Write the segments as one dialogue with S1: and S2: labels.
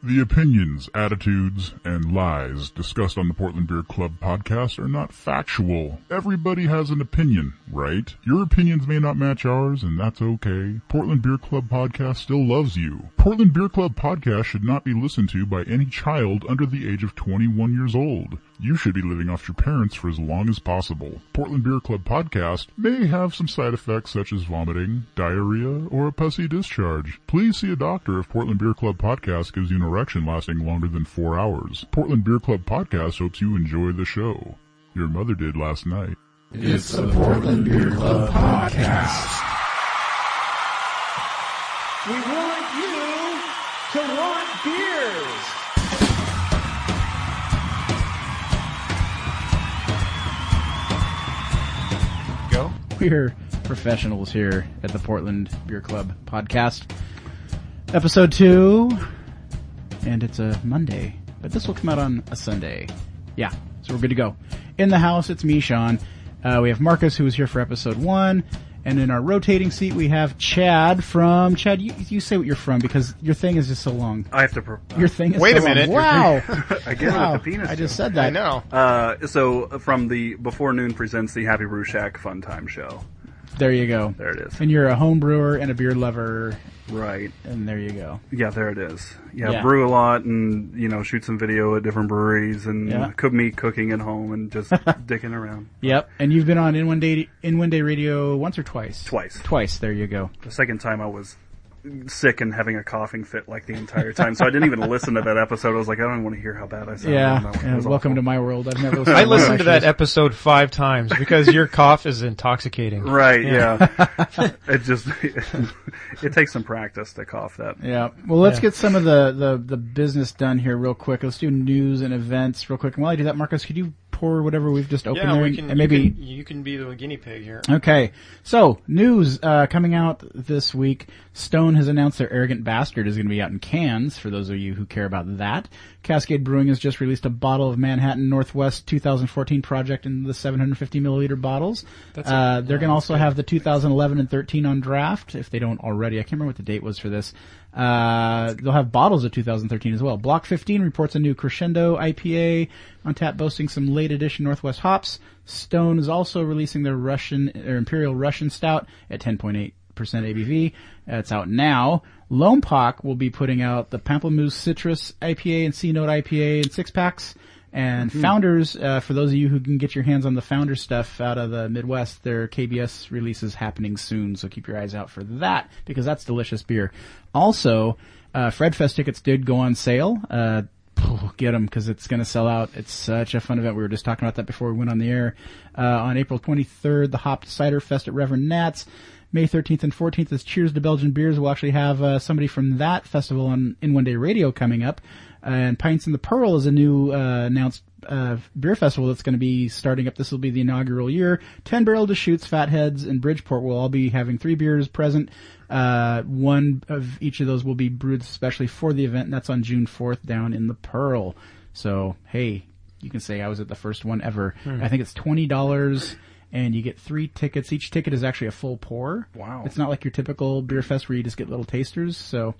S1: The opinions, attitudes, and lies discussed on the Portland Beer Club podcast are not factual. Everybody has an opinion, right? Your opinions may not match ours, and that's okay. Portland Beer Club podcast still loves you. Portland Beer Club podcast should not be listened to by any child under the age of 21 years old. You should be living off your parents for as long as possible. Portland Beer Club podcast may have some side effects such as vomiting, diarrhea, or a pussy discharge. Please see a doctor if Portland Beer Club podcast gives you an erection lasting longer than four hours. Portland Beer Club podcast hopes you enjoy the show. Your mother did last night.
S2: It's the Portland Beer Club podcast.
S3: We want you to want beers.
S4: Go.
S5: We're professionals here at the Portland Beer Club podcast. Episode two. And it's a Monday, but this will come out on a Sunday. Yeah, so we're good to go. In the house, it's me, Sean. Uh, we have Marcus, who was here for episode one. And in our rotating seat, we have Chad from Chad. You, you say what you're from because your thing is just so long.
S6: I have to. Pro- uh,
S5: Your thing is
S4: Wait
S5: so
S4: a minute.
S5: Long. Wow,
S6: Again,
S5: wow.
S6: with the penis.
S5: I just
S6: joke.
S5: said that.
S4: I know.
S6: Uh, so uh, from the Before Noon presents the Happy Brew Shack Fun Time Show.
S5: There you go.
S6: There it is.
S5: And you're a home brewer and a beer lover,
S6: Right.
S5: and there you go.
S6: Yeah, there it is. Yeah,
S5: Yeah.
S6: brew a lot and you know shoot some video at different breweries and
S5: Yeah.
S6: cook me cooking at home and just dicking around.
S5: Yep, and you've been on in one day in one day radio once or twice.
S6: Twice.
S5: Twice. There you go.
S6: The second time I was sick and having a coughing fit like the entire time, so I didn't even listen to that episode. I was like, I don't even want to hear how bad I sound.
S5: yeah.
S6: That one
S5: and
S6: was
S5: welcome to
S6: awful.
S5: my world. I've never. Listened
S4: I
S5: to
S4: listened to
S5: one of
S4: that episode five times because your cough is intoxicating.
S6: Right, yeah. it just, it takes some practice to cough that.
S5: those. Yeah. Well, let's
S4: Yeah.
S5: get some of the, the the business done here real quick. Let's do news and events real quick. And while I do that, Marcus, could you pour whatever we've just opened there
S7: we
S5: and-
S7: can,
S5: and maybe
S7: you can, you can be the guinea pig here.
S5: Okay, so news uh, coming out this week. Stone has announced their Arrogant Bastard is going to be out in cans. For those of you who care about that, Cascade Brewing has just released a bottle of Manhattan Northwest 2014 Project in the 750 milliliter bottles. uh, they're going to also have the 2011 and 13 on draft if they don't already. I can't remember what the date was for this. Uh, they'll have bottles of 2013 as well. Block 15 reports a new Crescendo IPA on tap boasting some late edition Northwest hops. Stone is also releasing their Russian, or Imperial Russian Stout at 10.8% ABV. That's out now. Lone Pock will be putting out the Pamplemousse Citrus IPA and C Note IPA in six packs. And Founders, uh, for those of you who can get your hands on the Founders stuff out of the Midwest, their KBS release is happening soon, so keep your eyes out for that because that's delicious beer. Also, uh, Fred Fest tickets did go on sale. Uh, phew, get them because it's going to sell out. It's such a fun event. We were just talking about that before we went on the air. Uh, on April 23rd, the Hopped Cider Fest at Reverend Nat's. May 13th and 14th is Cheers to Belgian Beers. We'll actually have uh, somebody from that festival on In One Day Radio coming up. And Pints in the Pearl is a new uh, announced uh, beer festival that's going to be starting up. This will be the inaugural year. Ten Barrel to Shoots, Fatheads, and Bridgeport will all be having three beers present. Uh, one of each of those will be brewed specially for the event, and that's on June 4th down in the Pearl. So, hey, you can say I was at the first one ever.
S7: Hmm.
S5: I think it's $20 and you get three tickets. Each ticket is actually a full pour.
S6: Wow.
S5: It's not like your typical beer fest where you just get little tasters. So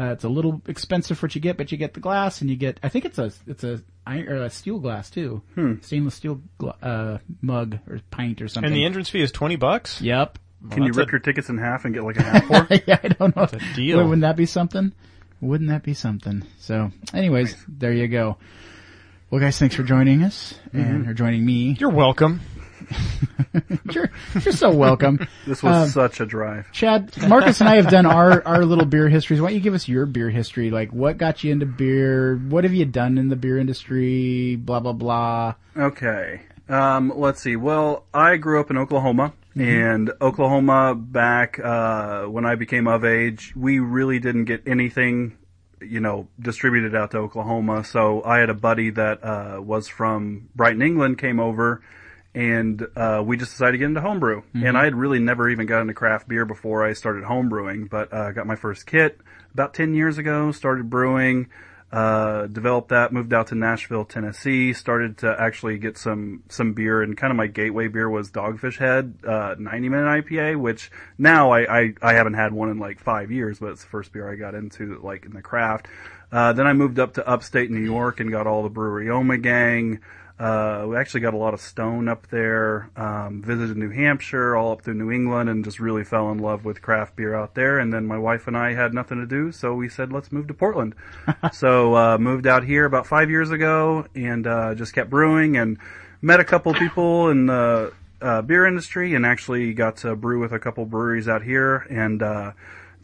S5: uh, it's a little expensive for what you get, but you get the glass and you get. I think it's a it's a iron or a steel glass too, stainless steel gla- uh, mug or pint or something.
S7: Hmm. And the entrance fee is 20 bucks?
S5: Yep.
S6: Can you
S7: that's
S6: rip
S7: a-
S6: your tickets in half and get like a half pour?
S5: yeah, I don't know.
S7: a deal.
S5: Wouldn't that be something? Wouldn't that be something? So, anyways, there you go. Well, guys, thanks for joining us and for joining me.
S7: You're welcome.
S5: You're, you're so welcome.
S6: This was
S5: Um,
S6: such a drive.
S5: Chad, Marcus and I have done our, our little beer histories. Why don't you give us your beer history? Like, what got you into beer? What have you done in the beer industry? Blah, blah, blah.
S6: Okay. Um, let's see. Well, I grew up in Oklahoma, and Oklahoma back uh, when I became of age, we really didn't get anything, you know, distributed out to Oklahoma. So I had a buddy that uh, was from Brighton, England, came over, and uh, we just decided to get into homebrew. And I had really never even got into craft beer before I started homebrewing, but uh, got my first kit about ten years ago. Started brewing uh, developed that, moved out to Nashville, Tennessee, started to actually get some, some beer and kind of my gateway beer was Dogfish Head, uh, 90 minute IPA, which now I, I, I haven't had one in like five years, but it's the first beer I got into like in the craft. Uh, then I moved up to upstate New York and got all the Breweryoma gang. Uh, we actually got a lot of Stone up there. Um, visited New Hampshire, all up through New England, and just really fell in love with craft beer out there. And then my wife and I had nothing to do, so we said, let's move to Portland. so uh, moved out here about five years ago, and uh, just kept brewing and met a couple people in the uh, beer industry and actually got to brew with a couple breweries out here. And uh,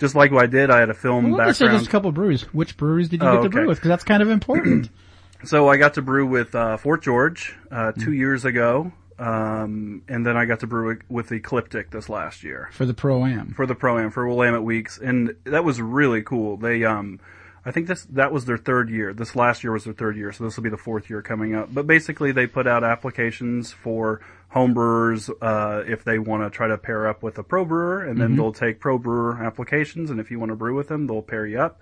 S6: just like what I did, I had a film
S5: Well, let's say
S6: background.
S5: just a couple breweries. Which breweries did you
S6: Oh,
S5: get to brew
S6: okay.
S5: with? Because that's kind of important.
S6: So I got to brew with uh, Fort George uh, two years ago, um, and then I got to brew with Ecliptic this last yeyer
S5: for the pro am.
S6: for the pro am for Willamette Weeks, and that was really cool. They, um, I think this that was their third year. This last year was their third year, so this will be the fourth year coming up. But basically, they put out applications for homebrewers uh, if they want to try to pair up with a pro brewer, and then they'll take pro brewer applications, and if you want to brew with them, they'll pair you up.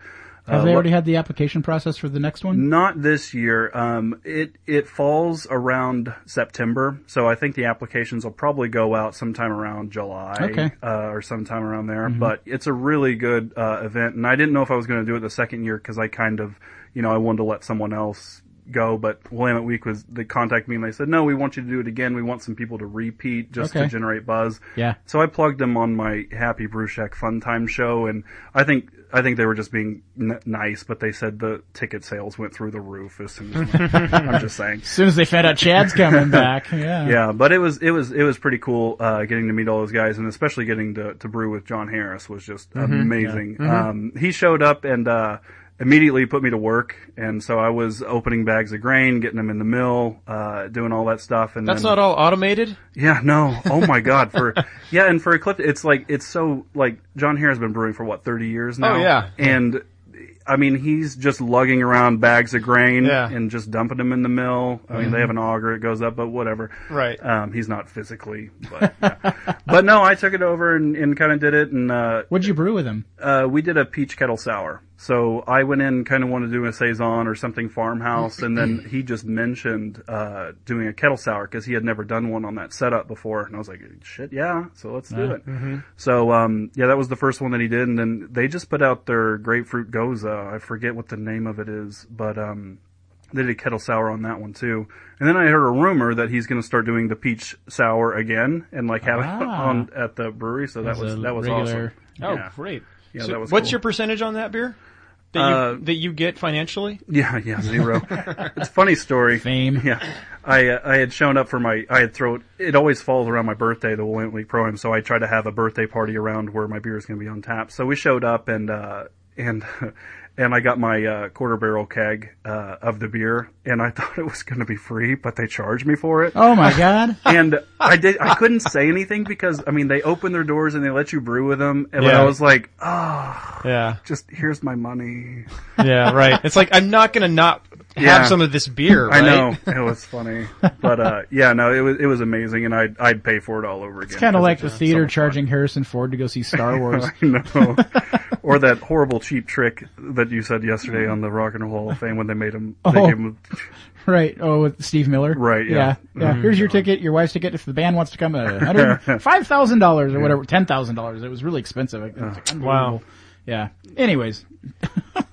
S5: Have
S6: Uh,
S5: they
S6: lo-
S5: already had the application process for the next one?
S6: not this year. Um, it it falls around September, so I think the applications will probably go out sometime around July
S5: Okay. Mm-hmm.
S6: uh, or sometime around there. But it's a really good uh, event, and I didn't know if I was going to do it the second year because I kind of, you know, I wanted to let someone else go. But Willamette Week was they contacted me and they said, no, we want you to do it again. We want some people to repeat just to
S5: Okay.
S6: generate buzz.
S5: Yeah.
S6: So I plugged them on my Happy Brew Shack Fun Time show, and I think I think they were just being n- nice, but they said the ticket sales went through the roof as soon as I'm just saying.
S5: As soon as they found out Chad's coming back, yeah.
S6: Yeah, but it was it was it was pretty cool uh, getting to meet all those guys, and especially getting to, to brew with John Harris was just amazing. Um, he showed up and uh, immediately put me to work, and so I was opening bags of grain, getting them in the mill, uh, doing all that stuff. And
S7: That's
S6: then-
S7: not all automated.
S6: yeah, no. Oh my God. For yeah, and for Eclipse, it's like it's so like John Hare has been brewing for what thirty years now.
S7: Oh, yeah.
S6: and I mean he's just lugging around bags of grain
S7: Yeah. Mm-hmm.
S6: and just dumping them in the mill. I mean they have an auger, it goes up, but whatever.
S7: Right.
S6: Um, he's not physically, but yeah. but no, I took it over and, and kind of did it, and uh,
S5: What'd you brew with him?
S6: uh, we did a peach kettle sour. So I went in, kind of wanted to do a saison or something farmhouse, and then he just mentioned uh, doing a kettle sour because he had never done one on that setup before, and I was like, "Shit, yeah!" So let's do it.
S5: mm-hmm.
S6: So um, yeah, that was the first one that he did, and then they just put out their grapefruit goza. I forget what the name of it is, but um, they did kettle sour on that one too. And then I heard a rumor that he's going to start doing the peach sour again and like have it
S5: Ah.
S6: on at the brewery. So that
S5: As
S6: was
S5: a
S6: that was
S5: regular-
S6: awesome.
S7: Oh,
S6: Yeah.
S7: great.
S6: Yeah,
S7: So
S6: that was
S7: what's
S6: cool.
S7: your percentage on that beer that you,
S6: Uh,
S7: that you get financially?
S6: Yeah, yeah, zero. it's a funny story.
S5: Fame.
S6: Yeah, I uh, I had shown up for my I had thrown it always falls around my birthday the Willamette Week program, so I try to have a birthday party around where my beer is going to be on tap. So we showed up and uh and and I got my uh, quarter barrel keg uh, of the beer, and I thought it was going to be free, but they charged me for it
S5: Oh my god.
S6: and I did. I couldn't say anything because I mean they open their doors and they let you brew with them, and
S7: Yeah.
S6: I was like, oh,
S7: Yeah.
S6: just here's my money.
S7: Yeah, right. It's like I'm not gonna not have
S6: Yeah.
S7: some of this beer.
S6: I
S7: right?
S6: know it was funny, but uh, yeah, no, it was it was amazing, and I'd I'd pay for it all over again.
S5: It's kind of
S6: 'cause
S5: like
S6: it
S5: the
S6: was
S5: theater
S6: so much
S5: charging Harrison Ford to go see Star Wars.
S6: fun. I know, or that horrible cheap trick that you said yesterday on the Rock and Roll Hall of Fame when they made him. They
S5: Oh.
S6: gave him
S5: Right. Oh, with Steve Miller.
S6: Right, yeah. Mm-hmm.
S5: Yeah. yeah. Here's your ticket, your wife's ticket. If the band wants to come, uh, hundred- $5,000 or whatever, $10,000. It was really expensive. It
S6: Uh.
S5: was unbelievable. Yeah. Anyways.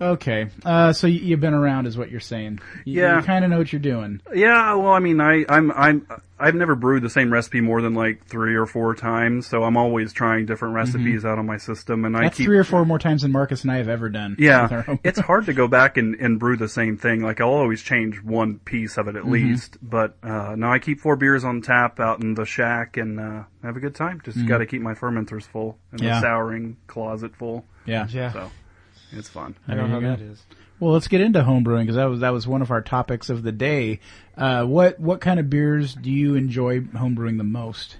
S5: okay. Uh, so you, you've been around is what you're saying. You,
S6: Yeah.
S5: You kind of know what you're doing.
S6: Yeah, well, I mean, I, I'm, I'm, I've never brewed the same recipe more than like three or four times, so I'm always trying different recipes out of my system, and I
S5: Mm-hmm. That's
S6: keep.
S5: three or four more times than Marcus and I have ever done. with our
S6: yeah,
S5: home.
S6: it's hard to go back and, and brew the same thing. Like I'll always change one piece of it
S5: Mm-hmm.
S6: at least. But uh, no, I keep four beers on tap out in the shack and uh, have a good time. Just got to keep my fermenters full and
S5: Mm-hmm. Yeah.
S6: the souring closet full.
S5: yeah.
S7: Yeah.
S6: So it's fun.
S7: I don't know
S5: There you
S7: how that
S5: go.
S7: is.
S5: Well, let's get into homebrewing because that was that was one of our topics of the day. Uh, what what kind of beers do you enjoy homebrewing the most?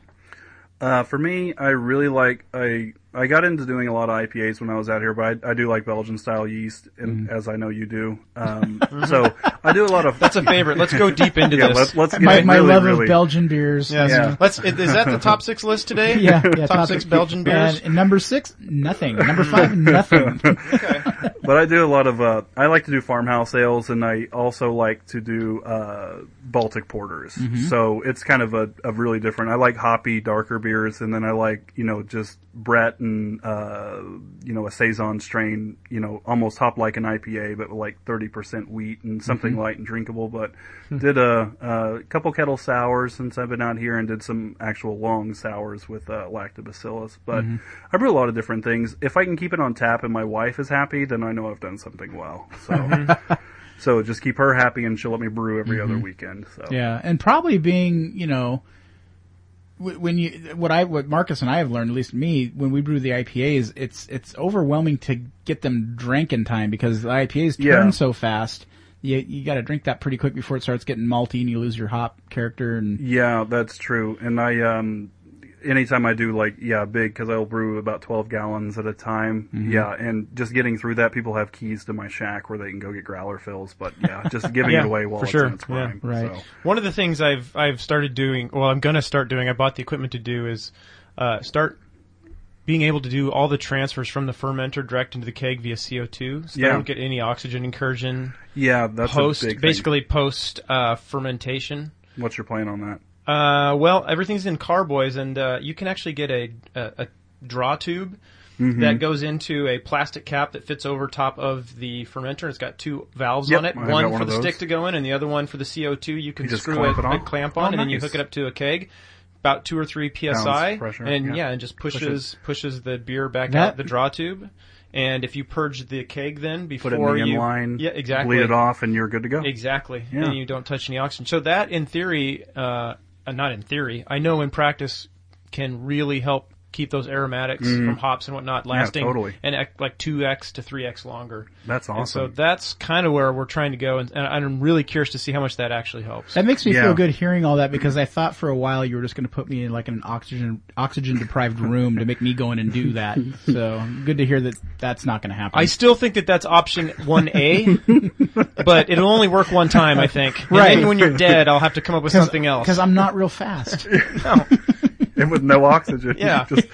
S6: Uh, for me, I really like I I got into doing a lot of IPAs when I was out here, but I, I do like Belgian style yeast, and
S5: Mm-hmm.
S6: as I know you do, um, so I do a lot of
S7: That's a favorite. Let's go deep into
S6: yeah.
S7: this.
S6: Let's let's get
S5: my my
S6: really,
S5: love
S6: really
S5: of Belgian beers.
S7: Yes.
S6: Yeah.
S7: Let's. Is that the top six list today?
S5: yeah, yeah.
S7: top, six Belgian
S5: And
S7: beers.
S5: number six, nothing. Number five, nothing.
S6: but But I do a lot of uh, I like to do farmhouse ales, and I also like to do uh, Baltic porters. So it's kind of a, a really different. I like hoppy, darker beers, and then I like you know just Brett and uh, you know a saison strain, you know almost hop like an IPA, but with like thirty percent wheat and something light and drinkable. But did a, a couple kettle sours since I've been out here, and did some actual long sours with uh, lactobacillus. But I brew a lot of different things. If I can keep it on tap and my wife is happy, then I know I've done something well. So. So just keep her happy, and she'll let me brew every other weekend. So
S5: Yeah, and probably being, you know, wh- when you what I what Marcus and I have learned, at least me, when we brew the IPAs, it's it's overwhelming to get them drank in time because the IPAs turn
S6: Yeah.
S5: so fast. You you got to drink that pretty quick before it starts getting malty and you lose your hop character. And
S6: Yeah, that's true. And I, um, anytime I do like, yeah, big, cause I'll brew about 12 gallons at a time.
S7: Mm-hmm.
S6: Yeah. And just getting through that, people have keys to my shack where they can go get growler fills, but yeah, just giving
S7: Yeah,
S6: it away while
S7: for
S6: it's
S7: sure.
S6: in its
S7: Yeah,
S6: prime.
S5: right.
S6: So.
S7: One of the things I've I've started doing, well, I'm gonna start doing. I bought the equipment to do is uh, start being able to do all the transfers from the fermenter direct into the keg via CO2, so
S6: Yeah.
S7: they don't get any oxygen incursion
S6: Yeah. That's a
S7: post,
S6: big basically.
S7: basically post uh, fermentation.
S6: What's your plan on that?
S7: Uh, well, everything's in carboys, and uh, you can actually get a a, a draw tube
S6: Mm-hmm.
S7: that goes into a plastic cap that fits over top of the fermenter. It's got two valves
S6: Yep,
S7: on it,
S6: I've got
S7: one
S6: one
S7: for
S6: of
S7: the
S6: those.
S7: stick to go in, and the other one for the CO2. You can
S6: You just
S7: screw
S6: clamp
S7: a,
S6: it on?
S7: a clamp on,
S6: Oh,
S7: and then you
S6: nice.
S7: hook it up to a keg. About two or three psi,
S6: Pounds pressure,
S7: and
S6: yeah.
S7: yeah. and just pushes pushes the beer back
S5: That-
S7: out the draw tube. And if you purge the keg, then before
S6: Put it in the
S7: you
S6: inline.
S7: yeah exactly
S6: Bleed it off and you're good to go.
S7: Exactly.
S6: Yeah.
S7: And you don't touch any oxygen. So that, in theory, uh, uh, not in theory, I know in practice can really help keep those aromatics from hops and whatnot lasting
S6: Mm-hmm. totally.
S7: and ec- like 2x to 3x longer.
S6: That's
S7: And so
S6: awesome.
S7: that's kind of where we're trying to go, and, and I'm really curious to see how much that actually helps.
S5: that makes me
S6: Yeah.
S5: feel good hearing all that because I thought for a while you were just going to put me in like an oxygen oxygen deprived room to make me go in and do that. So good to hear that that's not going to happen.
S7: I still think that that's option 1A, but it'll only work one time, I think. And
S5: Right.
S7: then when you're dead, I'll have to come up with something else.
S5: because I'm not real fast.
S6: and with no oxygen.
S7: Yeah.
S6: Just-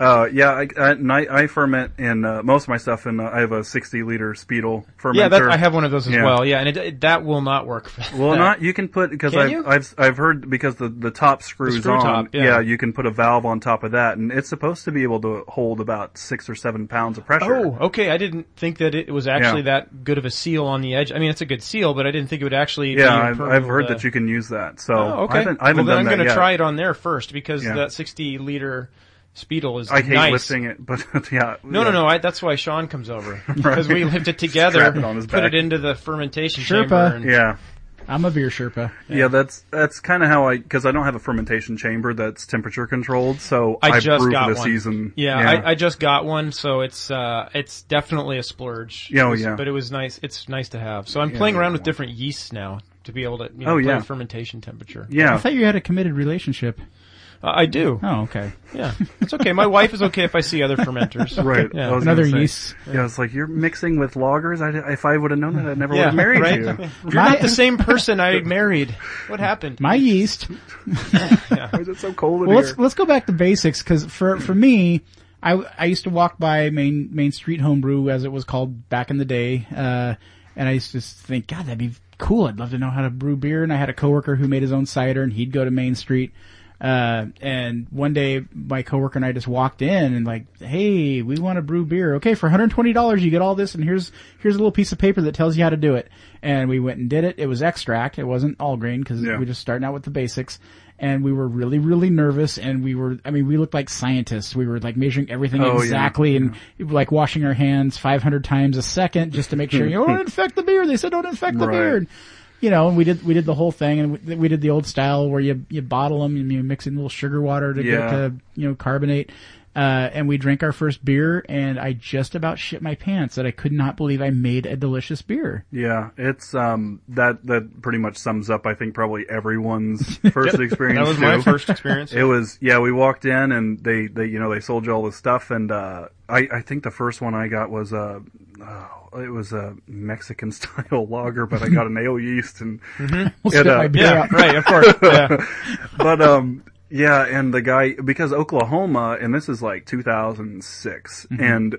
S6: uh, yeah. I, I, and I, I ferment in, uh, most of my stuff in, uh, I have a 60 liter Speedle fermenter.
S7: yeah, that, I have one of those as
S6: Yeah.
S7: well. Yeah, and it, it- that will not work. for
S6: Well,
S7: that.
S6: not you can put because
S7: Can
S6: I've,
S7: you?
S6: I've I've heard because the the top screws
S7: screw
S6: on.
S7: top, yeah.
S6: you can put a valve on top of that, and it's supposed to be able to hold about six or seven pounds of pressure.
S7: Oh, okay. I didn't think that it was actually that good of a seal on the edge. I mean, it's a good seal, but I didn't think it would actually. be
S6: yeah, I've,
S7: impermeable
S6: I've heard
S7: to-
S6: that you can use that. So
S7: Oh, okay.
S6: I haven't, I haven't done
S7: well, then I'm
S6: that
S7: gonna
S6: yet.
S7: try it on there first because
S6: Yeah.
S7: that 60 liter Speedle is
S6: I hate
S7: nice.
S6: lifting it, but yeah.
S7: No,
S6: yeah.
S7: no, no. I, that's why Sean comes over because we lift it together,
S6: Strap it on his
S7: put
S6: back.
S7: it into the fermentation
S5: Sherpa.
S7: chamber. And,
S6: Yeah.
S5: I'm a beer Sherpa.
S6: yeah, That's that's kind of how I because I don't have a fermentation chamber that's temperature controlled, so
S7: I just
S6: brew
S7: got
S6: for the
S7: one.
S6: season.
S7: Yeah, I, I just got one, so it's uh, it's definitely a splurge.
S6: Yeah, oh,
S7: It was-
S6: yeah.
S7: But it was nice. It's nice to have. So I'm playing
S6: I
S7: around
S6: got
S7: with
S6: one.
S7: different yeasts now to be able to you know,
S6: Oh,
S7: play
S6: yeah.
S7: with fermentation temperature.
S5: I
S6: yeah.
S5: thought you had a committed relationship.
S7: Uh, I do.
S5: Oh, okay.
S7: Yeah, it's okay. My wife is okay if I see other fermenters.
S6: Right.
S7: Yeah.
S6: I was
S5: Another
S6: gonna say.
S5: yeast.
S6: Yeah, it's like you're mixing with loggers. I, if I would have known that, I never would
S7: Yeah,
S6: have married
S7: right?
S6: you.
S7: You're
S5: My-
S7: not the same person I married. What happened?
S5: My yeast.
S6: Why is it so cold in
S5: Well,
S6: here?
S5: let's let's go back to basics because for for me, I I used to walk by Main Main Street Homebrew as it was called back in the day, uh, and I used to just think, God, that'd be cool. I'd love to know how to brew beer. And I had a coworker who made his own cider, and he'd go to Main Street. Uh, and one day my coworker and I just walked in and like, hey, we want to brew beer. Okay, for $120 you get all this and here's, here's a little piece of paper that tells you how to do it. And we went and did it. It was extract. It wasn't all grain because
S6: Yeah.
S5: we just starting out with the basics. And we were really, really nervous and we were, I mean, we looked like scientists. We were like measuring everything
S6: Oh, yeah.
S5: exactly and like washing our hands 500 times a second just to make sure you "Oh, don't infect the beer. They said don't infect the
S6: Right.
S5: beer. And, you know, and we did we did the whole thing, and we, we did the old style where you you bottle them and you mix in a little sugar water to get
S6: Yeah.
S5: it to you know carbonate. Uh, and we drank our first beer, and I just about shit my pants that I could not believe I made a delicious beer.
S6: Yeah, it's um that that pretty much sums up I think probably everyone's first experience.
S7: That was my
S6: too.
S7: first experience.
S6: It was yeah. We walked in and they they you know they sold you all this stuff and uh, I I think the first one I got was uh oh, it was a Mexican style lager, but I got an ale yeast and
S5: We'll
S6: It,
S5: spit
S6: uh,
S5: my beer
S7: yeah,
S5: out.
S7: right. Of course. Yeah.
S6: but um yeah
S5: Mm-hmm.
S6: and the guy because oklahoma and this is like 2006 and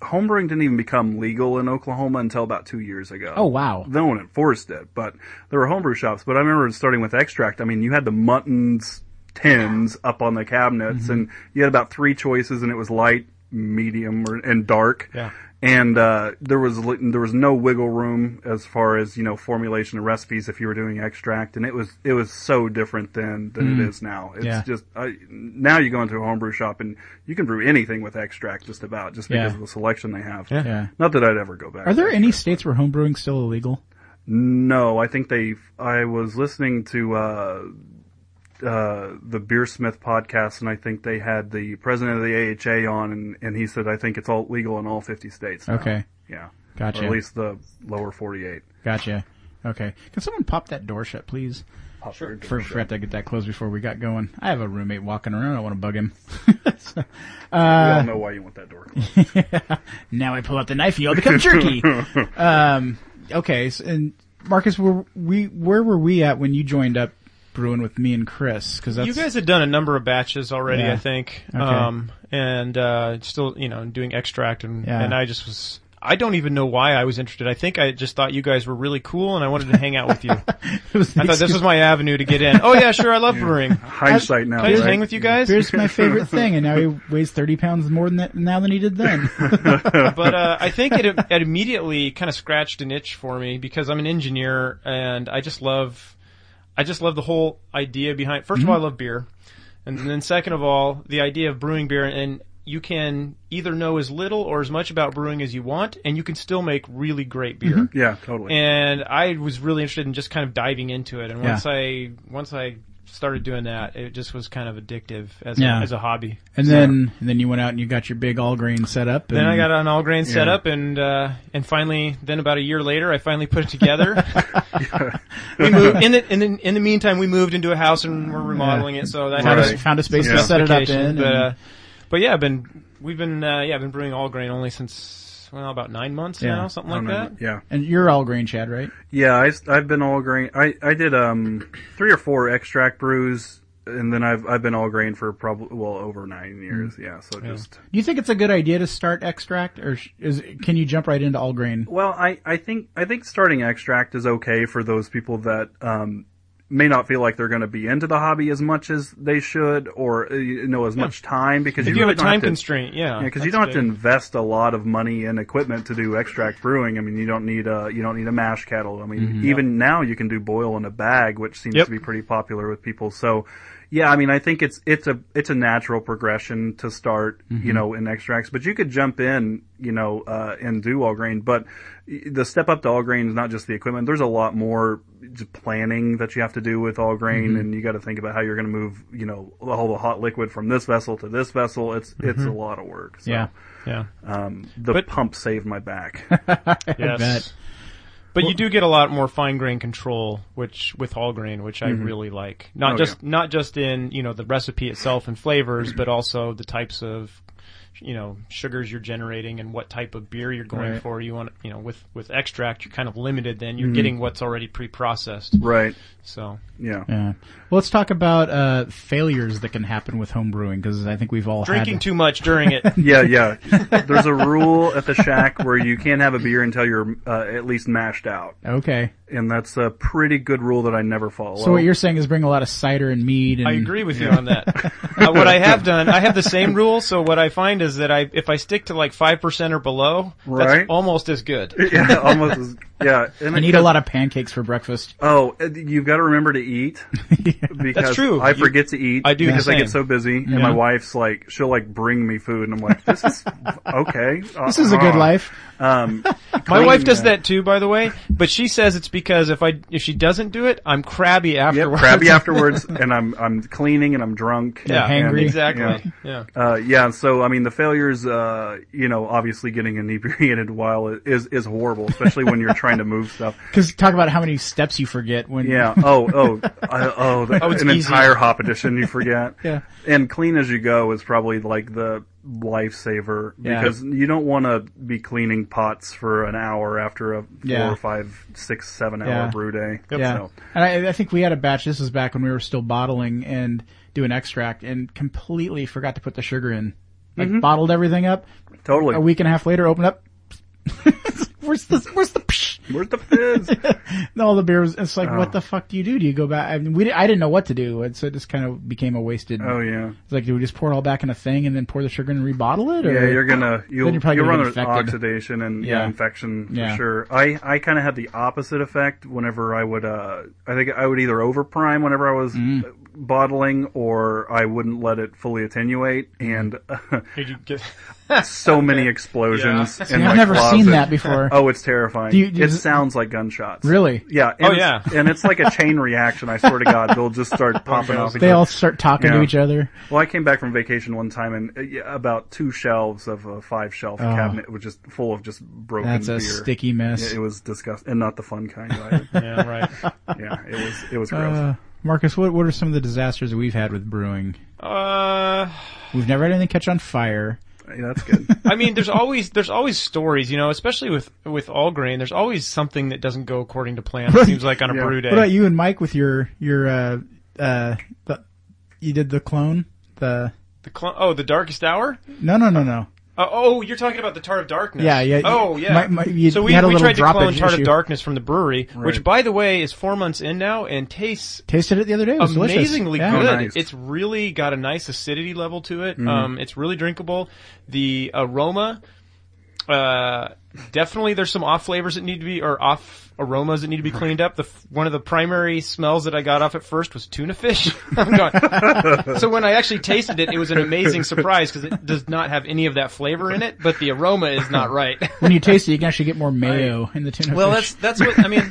S6: homebrewing didn't even become legal in Oklahoma until about two years ago.
S5: Oh, wow.
S6: No one enforced it, but there were homebrew shops. But I remember starting with extract. I mean, you had the muttons tins up on the cabinets,
S5: Mm-hmm.
S6: and you had about three choices, and it was light, medium, or, and dark.
S7: Yeah.
S6: And uh, there was li- there was no wiggle room as far as you know formulation and recipes if you were doing extract, and it was it was so different then than it is now. It's
S5: Mm. Yeah.
S6: just I, now you go into a homebrew shop and you can brew anything with extract just about just because
S5: Yeah.
S6: of the selection they have.
S5: Yeah.
S6: Not that I'd ever go back.
S5: Are there
S6: to
S5: any states where homebrewing's still illegal?
S6: no, I think they. I was listening to uh, uh, the Beersmith podcast, and I think they had the president of the AHA on, and, and he said, "I think it's all legal in all 50 states." now."
S5: Okay.
S6: yeah,
S5: Gotcha.
S6: Or at least the lower 48.
S5: Gotcha. Okay. Can someone pop that door shut, please?
S6: Sure.
S5: For, forgot to get that closed before we got going. I have a roommate walking around. I want to bug him. So,
S7: Uh,
S6: we all know why you want that door closed.
S5: now I pull out the knife, you all become jerky. um, okay. So, and Marcus, were we where were we at when you joined up brewing with me and Chris? Because that's
S7: you guys had done a number of batches already,
S5: Yeah.
S7: I think,
S5: Okay.
S7: um, and uh, still, you know, doing extract, and
S5: Yeah.
S7: and I just was. I don't even know why I was interested. I think I just thought you guys were really cool, and I wanted to hang out with you. I
S5: it was
S7: thought this was my avenue to get in. Oh yeah, sure, I love brewing. Can
S6: Hindsight now,
S7: I just
S6: right?
S7: hang with you guys?
S5: Here's my favorite thing, and now he weighs thirty pounds more than that, now than he did then.
S7: but uh, I think it, it immediately kind of scratched an itch for me because I'm an engineer and I just love, I just love the whole idea behind. 1st of
S5: Mm-hmm.
S7: all, I love beer, and then second of all, the idea of brewing beer and you can either know as little or as much about brewing as you want, and you can still make really great beer
S5: Mm-hmm.
S6: yeah, totally.
S7: and I was really interested in just kind of diving into it. And
S5: Yeah.
S7: once I once I started doing that, it just was kind of addictive as
S5: Yeah.
S7: a, as a hobby.
S5: And then and then you went out and you got your big all grain setup. And
S7: Then
S6: Mm.
S7: I got an all grain setup, and uh, and finally, then about a year later, I finally put it together. we moved in the in the in the meantime, we moved into a house and we're remodeling it. So that
S5: found,
S7: had
S5: a, found a space
S6: Yeah.
S5: to set it up in.
S7: application,
S5: and-
S7: But, uh, but yeah, I've been we've been uh, yeah, I've been brewing all grain only since well about nine months
S5: Yeah.
S7: now, something
S6: I
S7: like
S6: don't know.
S7: that.
S6: Yeah,
S5: and you're all grain, Chad, right?
S6: yeah. I, have been all grain. I, I did um three or four extract brews, and then I've I've been all grain for probably well over nine years.
S7: Mm.
S6: Yeah, so just
S5: Do you think it's a good idea to start extract, or sh- is can you jump right into all grain?
S6: Well, I, I think I think starting extract is okay for those people that um, may not feel like they're going to be into the hobby as much as they should, or uh, you know as much time because
S7: If you,
S6: really
S7: have a
S6: don't
S7: time
S6: to-
S7: constraint, yeah,
S6: Yeah, because you
S7: that's
S6: don't have to
S7: big.
S6: invest a lot of money in equipment to do extract brewing. I mean, you don't need a you don't need a mash kettle. I mean, even now you can do boil in a bag, which seems
S7: Mm-hmm. Yep.
S6: to be pretty popular with people. So, yeah, I mean, I think it's it's a it's a natural progression to start,
S7: Mm-hmm.
S6: you know, in extracts. But you could jump in, you know, uh, and do all grain. But the step up to all grain is not just the equipment. There's a lot more just planning that you have to do with all grain,
S7: Mm-hmm.
S6: and you got to think about how you're going to move, you know, all the hot liquid from this vessel to this vessel. It's it's
S7: Mm-hmm.
S6: a lot of work. So.
S5: Yeah.
S7: yeah.
S6: Um, the
S7: But-
S6: pump saved my back.
S7: Yes.
S5: bet.
S7: But you do get a lot more fine grain control, which with all grain, which I really like. Not
S6: Oh,
S7: just not just in you know the recipe itself and flavors, but also the types of you know sugars you're generating and what type of beer you're going
S5: Right.
S7: for. You want you know with with extract, you're kind of limited. Then you're getting what's already pre-processed.
S6: right.
S7: So
S6: Yeah.
S5: Yeah. Well, let's talk about uh, failures that can happen with home brewing because I think we've all
S7: drinking
S5: had,
S7: too much during it.
S6: Yeah, yeah. There's a rule at the shack where you can't have a beer until you're uh, at least mashed out,
S5: Okay.
S6: and that's a pretty good rule that I never follow.
S5: So what you're saying is bring a lot of cider and mead. And,
S7: I agree with you on that. uh, what I have done, I have the same rule. So what I find is that I, if I stick to like five percent or below,
S6: Right.
S7: that's almost as good.
S6: yeah, almost. As, yeah, and
S5: I need a lot of pancakes for breakfast.
S6: Oh, and you've got to remember to eat because
S7: true.
S6: I
S7: You-
S6: forget to eat.
S7: I do the
S6: because I
S7: same.
S6: get so busy, and my wife's like, she'll like bring me food, and I'm like, this is okay. uh-huh."
S5: This is a
S7: Ah.
S5: good life.
S6: Um,
S7: My
S6: clean,
S7: wife does
S6: uh,
S7: that too, by the way. But she says it's because if I if she doesn't do it, I'm crabby
S6: Yep,
S7: afterwards.
S6: crabby afterwards, and I'm I'm cleaning and I'm drunk.
S7: yeah,
S5: hangry.
S6: and-
S7: exactly.
S6: yeah.
S7: Yeah.
S6: Uh, yeah, so I mean, the failures, uh, you know, obviously getting inebriated while it is is horrible, especially when you're trying to move stuff.
S5: Because talk about how many steps you forget when.
S6: Yeah. Oh, oh, uh, oh, the,
S7: it's
S6: an
S7: easy.
S6: entire hop edition you forget.
S5: Yeah.
S6: And clean as you go is probably like the lifesaver
S5: Yeah.
S6: because you don't want to be cleaning pots for an hour after a four
S5: Yeah.
S6: or five, six, seven hour
S5: Yeah.
S6: brew day.
S5: Yeah.
S6: So,
S5: And I, I think we had a batch. This was back when we were still bottling and doing extract and completely forgot to put the sugar in. Like
S7: Mm-hmm.
S5: bottled everything up.
S6: Totally.
S5: A week and a half later, opened up. where's the where's the psh?
S6: Where's the fizz?
S5: And all the beer was. It's like,
S6: Oh.
S5: what the fuck do you do? Do you go back? I mean, we di- I didn't know what to do, and so it just kind of became a wasted.
S6: oh yeah.
S5: It's like, do we just pour it all back in a thing and then pour the sugar and rebottle it? Or?
S6: Yeah, you're gonna you'll
S5: Then you're probably
S6: you'll
S5: gonna
S6: run
S5: get
S6: an
S5: infected.
S6: oxidation and
S5: Yeah.
S6: yeah. infection for
S5: Yeah.
S6: sure. I I kind of had the opposite effect whenever I would uh I think I would either overprime whenever I was
S5: Mm-hmm.
S6: bottling or I wouldn't let it fully attenuate and
S5: Mm-hmm.
S7: Did you get?
S6: so many explosions
S7: Yeah.
S6: in
S5: I've
S6: my
S5: never
S6: closet.
S5: seen that before.
S6: Oh, it's terrifying.
S5: Do you- do
S6: it
S5: you-
S6: sounds like gunshots.
S5: Really?
S6: Yeah.
S7: Oh,
S6: And it's- And it's like a chain reaction. I swear to God, they'll just start popping off.
S5: Oh, They all start talking to
S6: Yeah.
S5: each other.
S6: Well, I came back from vacation one time, and uh, yeah, about two shelves of a five shelf cabinet was just full of just broken
S5: Ah. That's a
S6: beer.
S5: sticky mess.
S6: Yeah, it was disgusting, and not the fun kind either.
S7: Yeah, right.
S6: yeah, it was it was gross.
S5: Uh, Marcus, what what are some of the disasters that we've had with brewing?
S7: Uh,
S5: We've never had anything catch on fire.
S6: yeah, that's good.
S7: I mean, there's always there's always stories, you know, especially with with all grain. There's always something that doesn't go according to plan. It seems like on a
S6: Yeah.
S7: brew day.
S5: What about you and Mike with your your uh uh the, you did the clone the
S7: The cl- oh, the darkest hour.
S5: no no no no
S7: Uh, oh, you're talking about the Tart of Darkness.
S5: Yeah, yeah.
S7: Oh, yeah.
S5: My- my- you-
S7: so
S5: you
S7: we,
S5: had a
S7: we
S5: little
S7: tried to clone
S5: droppage
S7: Tart
S5: issue.
S7: of Darkness from the brewery,
S6: Right.
S7: which, by the way, is four months in now and tastes
S5: tasted it the other day. It was delicious.
S7: amazingly
S5: Yeah.
S7: good.
S6: Oh, nice.
S7: It's really got a nice acidity level to it. Um, it's really drinkable. The aroma, uh, definitely there's some off flavors that need to be or off aromas that need to be cleaned up. The f- one of the primary smells that I got off at first was tuna fish. I'm going- so when I actually tasted it, it was an amazing surprise because it does not have any of that flavor in it, but the aroma is not right.
S5: When you taste it, you can actually get more mayo in the tuna.
S7: well, that's
S5: fish.
S7: that's what I mean.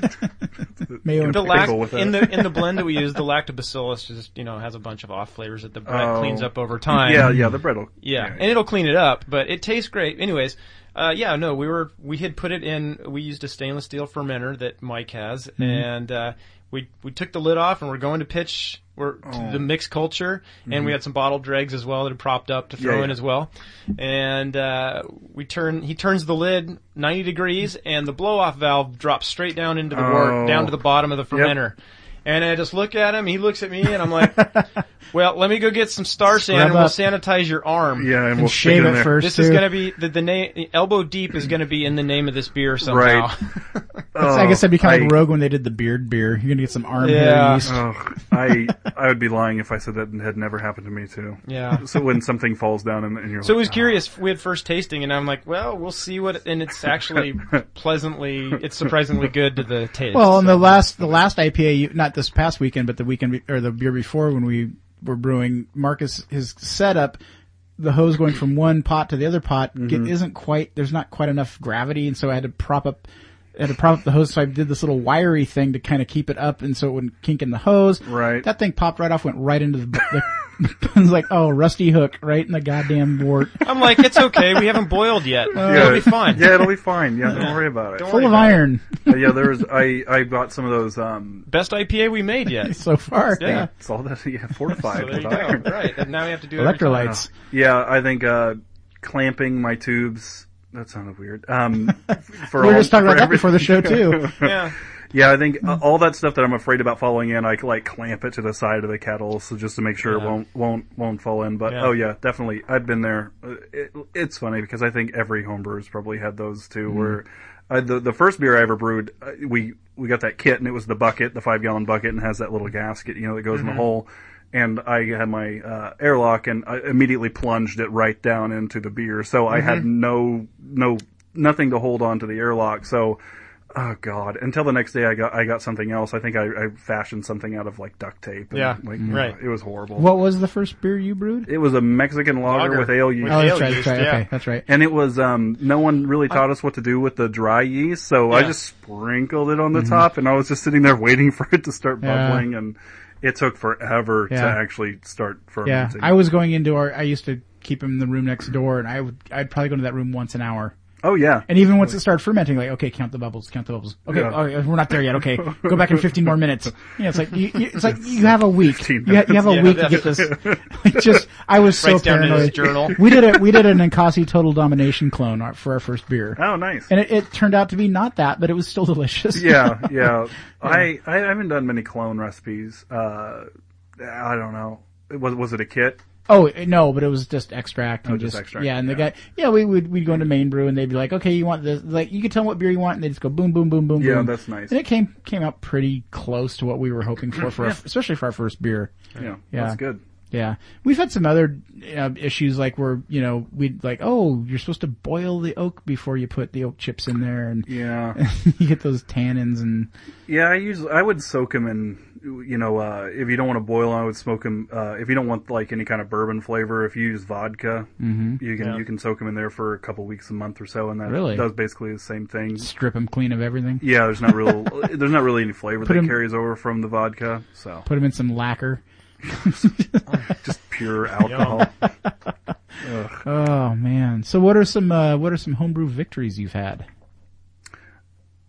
S5: mayo and
S7: The lact-
S6: pickle with
S7: in
S6: it.
S7: the in the blend that we use, the lactobacillus just you know has a bunch of off flavors that the bread
S6: Oh.
S7: cleans up over time.
S6: yeah, yeah, the bread will.
S7: yeah, and it'll clean it up, but it tastes great. Anyways, uh, yeah, no, we were we had put it in. We used a stainless steel fermenter that Mike has, and uh, we we took the lid off and we're going to pitch. We're to the mixed culture, and we had some bottled dregs as well that are propped up to throw
S6: Yeah,
S7: in
S6: yeah.
S7: as well. And uh, we turn, he turns the lid 90 degrees, and the blow off valve drops straight down into the wort,
S6: Oh.
S7: down to the bottom of the fermenter. And I just look at him, he looks at me, and I'm like, well, let me go get some star sand and we'll
S5: up.
S7: sanitize your arm.
S6: yeah, and, we'll stick
S5: shave
S6: it
S5: it
S6: in there.
S5: first.
S7: This is
S5: too.
S7: gonna be, the, the name, elbow deep is gonna be in the name of this beer somehow.
S6: Right.
S5: It's- I guess that'd be kind of
S6: Oh, I-
S5: like Rogue when they did the beard beer. You're gonna get some arm hair
S7: Yeah.
S5: yeast.
S6: Ugh, I I would be lying if I said that had never happened to me too.
S7: yeah.
S6: So when something falls down and, and you're
S7: So I
S6: like,
S7: was curious. We had first tasting, and I'm like, "Well, we'll see what." And it's actually pleasantly, it's surprisingly good to the taste.
S5: Well, um, and
S7: so.
S5: the last the last IPA, you, not this past weekend, but the weekend be- or the year before when we were brewing, Marcus his setup, the hose going from one pot to the other pot
S6: Mm-hmm.
S5: get, isn't quite. There's not quite enough gravity, and so I had to prop up. I had to prop up the hose, so I did this little wiry thing to kind of keep it up, and so it wouldn't kink in the hose.
S6: Right.
S5: That thing popped right off, went right into the. the I was like, oh, rusty hook, right in the goddamn wart.
S7: I'm like, "It's okay. We haven't boiled yet.
S5: Uh,
S7: It'll be fine."
S6: Yeah, it'll be fine. Yeah, don't worry about it.
S7: Don't
S5: Full of iron
S6: Uh, yeah, there was I I bought some of those um
S7: Best IPA we made yet.
S5: so far.
S7: Yeah.
S5: Yeah.
S6: it's all that yeah, fortified
S7: So there you
S6: with iron.
S7: go. Right. And now we have to do it every time.
S5: Electrolytes.
S6: Yeah, I think uh, clamping my tubes. That sounded weird. Um, for
S5: We were
S6: all-
S5: just talking
S6: for
S5: about that
S6: every-
S5: before the show too.
S7: Yeah.
S6: Yeah, I think
S7: Hmm.
S6: uh, all that stuff that I'm afraid about falling in, I like clamp it to the side of the kettle, so just to make sure it
S7: Yeah.
S6: won't won't won't fall in. But
S7: Yeah.
S6: oh yeah, definitely, I've been there. Uh, It, it's funny because I think every homebrewer's probably had those too.
S7: Hmm.
S6: Where I, the the first beer I ever brewed, uh, we we got that kit and it was the bucket, the five gallon bucket, and has that little gasket, you know, that goes in
S7: Mm-hmm.
S6: the hole. And I had my uh, airlock and I immediately plunged it right down into the beer, so I had
S7: Mm-hmm.
S6: no no nothing to hold on to the airlock. So Oh God! Until the next day, I got I got something else. I think I, I fashioned something out of like duct tape. and,
S7: Yeah, Mm-hmm.
S6: like,
S7: right.
S6: It was horrible.
S5: What was the first beer you brewed?
S6: it was a Mexican lager,
S7: Lager.
S6: with ale yeast,
S7: With
S5: Oh,
S7: ale
S5: that's right.
S7: yeast,
S5: That's right.
S7: yeah.
S5: Okay, that's right.
S6: and it was um no one really taught us what to do with the dry yeast, so I
S7: Yeah.
S6: just sprinkled it on the top, and I was just sitting there waiting for it to start
S5: Mm-hmm. Yeah.
S6: bubbling, and it took forever to
S5: Yeah.
S6: actually start
S5: Yeah,
S6: fermenting.
S5: I was going into our. I used to keep him in the room next door, and I would. I'd probably go into that room once an hour.
S6: oh yeah,
S5: And even once it started fermenting, like, okay, count the bubbles, count the bubbles. Okay,
S6: Yeah.
S5: okay, we're not there yet. Okay, go back in 15 more minutes. You know, it's like, you, you, it's like you have a week. You, ha- you have a
S7: Yeah,
S5: week to get this. Like, just, I was so
S7: Writes down in his
S5: paranoid.
S7: journal.
S5: We did a, we did an Ninkasi Total Domination clone our- for our first beer.
S6: oh nice.
S5: And it, it turned out to be not that, but it was still delicious.
S6: yeah, yeah. I, I haven't done many clone recipes. Uh, I don't know. Was was it a kit?
S5: Oh eh, no, but it was just extract. and
S6: Oh, just extract,
S5: Yeah, and the
S6: yeah.
S5: guy, yeah, we would we'd go into main brew and they'd be like, okay, you want this? Like you could tell 'em what beer you want, and they just go boom, boom, boom, boom.
S6: Yeah,
S5: boom.
S6: that's nice.
S5: And it came came out pretty close to what we were hoping for, for our, especially for our first beer.
S6: Yeah,
S5: Yeah.
S6: that's good.
S5: Yeah, we've had some other uh, issues like where you know we'd like, oh, you're supposed to boil the oak before you put the oak chips in there, and
S6: Yeah,
S5: you get those tannins and
S6: yeah. I usually I would soak them in. You know, uh, if you don't want to boil, 'em, I would smoke them. Uh, if you don't want like any kind of bourbon flavor, if you use vodka, you can you can soak them in there for a couple weeks, a month or so, and that
S5: Mm-hmm. Really?
S6: that's basically the same thing.
S5: strip them clean of everything.
S6: Yeah, there's not real there's not really any flavor that
S5: 'em-
S6: carries over from the vodka, so
S5: Put them in some lacquer.
S6: just pure alcohol.
S5: Oh man! So what are some uh, what are some homebrew victories you've had?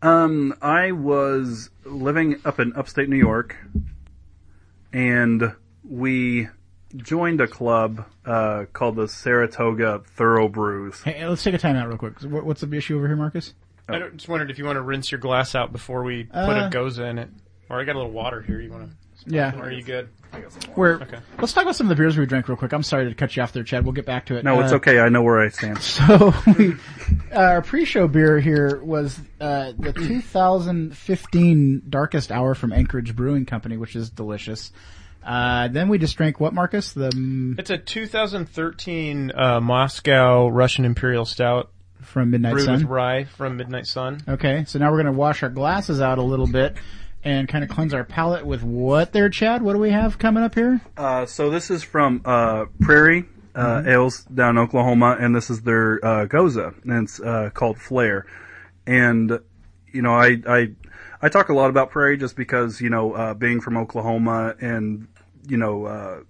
S6: Um, I was living up in upstate New York, and we joined a club uh, called the Saratoga Thorough Brews.
S5: Hey, let's take a timeout real quick. What- What's the issue over here, Marcus?
S7: I don't- just wondered if you want to rinse your glass out before we put
S5: Uh,
S7: a goza in it. Or I got a little water here. You want to? Are
S5: Yeah,
S7: you good?
S5: we're, let's talk about some of the beers we drank real quick. I'm sorry to cut you off there, Chad. We'll get back to it.
S6: No, it's
S5: Uh,
S6: okay. I know where I stand.
S5: So we, uh, our pre-show beer here was uh, the 2015 Darkest Hour from Anchorage Brewing Company, which is delicious. Uh, then we just drank what, Marcus? The mm,
S7: It's a 2013 uh, Moscow Russian Imperial Stout
S5: from Midnight
S7: brewed with
S5: Sun. Oh,
S7: rye from Midnight Sun.
S5: Okay, so now we're gonna wash our glasses out a little bit and kind of cleanse our palate with what there, Chad? What do we have coming up here?
S6: Uh, so this is from uh, Prairie uh, Ales down in Oklahoma, and this is their uh, goza, and it's uh, called Flare. And you know, I I I talk a lot about Prairie just because you know uh, being from Oklahoma, and you know uh,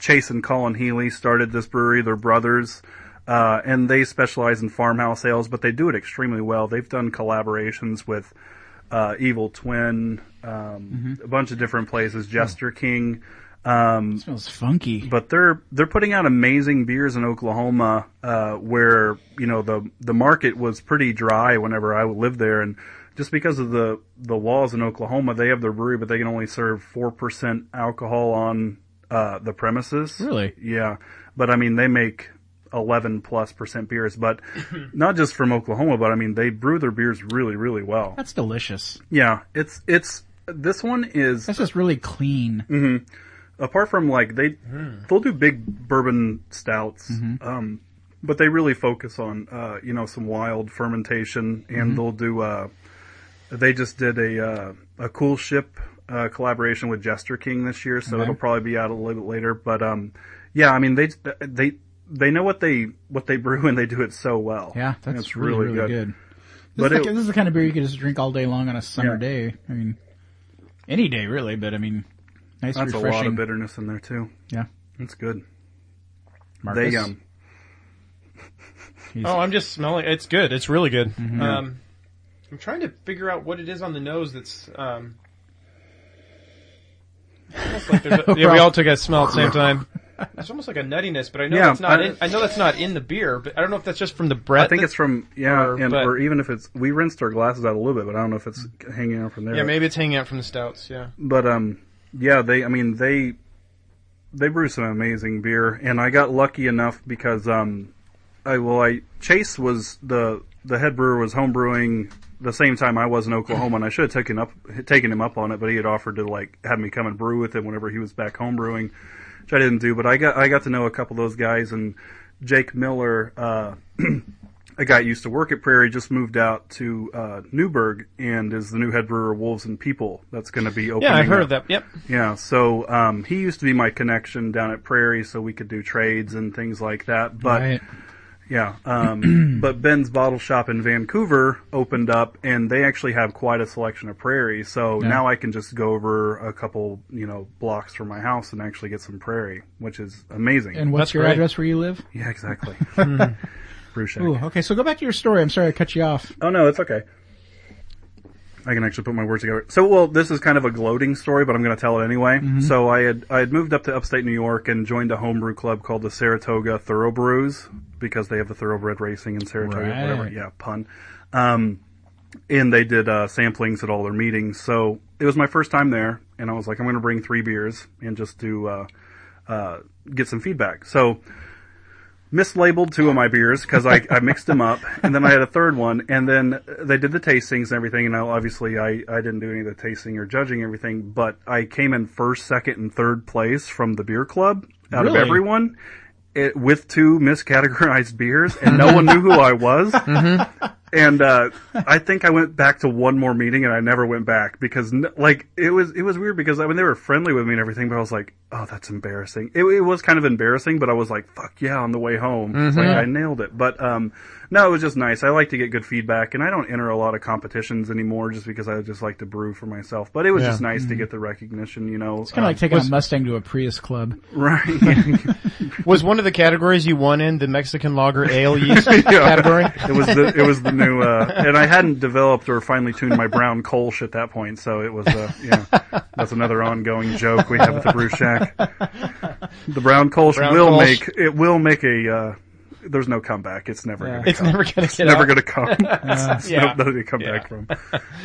S6: Chase and Colin Healy started this brewery. They're brothers. Uh, and they specialize in farmhouse ales, but they do it extremely well. They've done collaborations with uh, Evil Twin, um, a bunch of different places, Jester King. Um,
S5: smells funky.
S6: but they're they're putting out amazing beers in Oklahoma, uh, where you know the the market was pretty dry whenever I lived there, and just because of the the laws in Oklahoma, they have their brewery, but they can only serve four percent alcohol on uh, the premises.
S5: Really?
S6: Yeah, but I mean they make. 11 plus percent beers, but not just from Oklahoma, but I mean, they brew their beers really, really well.
S5: That's delicious.
S6: Yeah, it's, it's, this one is
S5: That's just really clean.
S6: Mm. apart from like they they'll do big bourbon stouts
S5: Mm-hmm.
S6: um but they really focus on uh you know some wild fermentation
S5: Mm-hmm.
S6: and they'll do uh they just did a uh a cool ship uh collaboration with Jester King this year so it'll probably be out a little bit later but um yeah I mean they they they know what they what they brew and they do it so well
S5: Yeah, that's
S6: It's
S5: really, really, good. This,
S6: But
S5: is the-
S6: it-
S5: this is the kind of beer you could just drink all day long on a summer
S6: Yeah.
S5: day. I mean, any day really, but I mean, nice
S6: that's
S5: refreshing.
S6: a lot of bitterness in there too
S5: Yeah,
S6: it's good
S5: Marcus.
S6: they um
S7: Oh, I'm just smelling. It's good. It's really good. Um, I'm trying to figure out what it is on the nose that's. Um, almost like there's a, yeah, we all took a smell at the same time. It's almost like a nuttiness, but I know
S6: Yeah,
S7: that's not.
S6: I-
S7: in, I know that's not in the beer, but I don't know if that's just from the breath.
S6: I think it's from yeah,
S7: or-
S6: and
S7: but-
S6: or even if it's we rinsed our glasses out a little bit, but I don't know if it's hanging out from there.
S7: yeah, maybe it's hanging out from the stouts. Yeah,
S6: But um, yeah, they I mean they they brew some amazing beer, and I got lucky enough because um, I well I Chase was the the head brewer was home brewing the same time I was in Oklahoma, and I should have taken up taken him up on it, but he had offered to like have me come and brew with him whenever he was back home brewing, which I didn't do. But I got I got to know a couple of those guys, and Jake Miller. Uh, a guy that used to work at Prairie just moved out to uh, Newburgh and is the new head brewer of Wolves and People. That's going to be opening.
S7: yeah, I've heard
S6: up.
S7: of that. Yep.
S6: Yeah, so um, he used to be my connection down at Prairie, so we could do trades and things like that. But
S5: Right.
S6: yeah, um, but Ben's Bottle Shop in Vancouver opened up, and they actually have quite a selection of Prairie. So now I can just go over a couple, you know, blocks from my house and actually get some Prairie, which is amazing.
S5: And what's
S7: That's
S5: your
S7: great.
S5: address where you live?
S6: yeah, exactly. Brew Shack.
S5: Ooh, okay. So go back to your story. I'm sorry I cut you off.
S6: Oh no, it's okay. I can actually put my words together. So, well, this is kind of a gloating story, but I'm going to tell it anyway. So, I had I had moved up to upstate New York and joined a homebrew club called the Saratoga Thoroughbrews because they have the thoroughbred racing in Saratoga,
S5: Right.
S6: whatever. Yeah, pun. Um, and they did uh, samplings at all their meetings. So it was my first time there, and I was like, I'm going to bring three beers and just do uh, uh, get some feedback. So mislabeled two of my beers because I, I mixed them up, and then I had a third one, and then they did the tastings and everything. And I, obviously, I, I didn't do any of the tasting or judging and everything, but I came in first, second, and third place from the beer club out
S8: Really?
S6: of everyone. It, with two miscategorized beers, and no one knew who I was. And uh, I think I went back to one more meeting, and I never went back because, n- like, it was it was weird because I mean they were friendly with me and everything, but I was like, oh, that's embarrassing. It, it was kind of embarrassing, but I was like, fuck yeah, on the way home, It's like I nailed it. But um, no, it was just nice. I like to get good feedback, and I don't enter a lot of competitions anymore just because I just like to brew for myself. But it was
S7: Yeah.
S6: just nice to get the recognition, you know. uh,
S5: It's kind of like taking a Mustang to a Prius club.
S6: right.
S7: Was one of the categories you won in the Mexican lager ale yeast
S6: Yeah.
S7: category?
S6: It was the it was the new, uh, and I hadn't developed or finely tuned my brown Kolsch at that point, so it was uh, you know that's another ongoing joke we have at the Brew Shack. The brown Kolsch
S7: Brown
S6: will
S7: Kolsch.
S6: make it will make a. Uh, there's no comeback. It's never gonna
S8: It's
S6: come.
S8: never gonna get
S6: never
S8: out.
S6: gonna come. It's
S8: yeah.
S6: no- nothing to come
S8: Yeah.
S6: back from.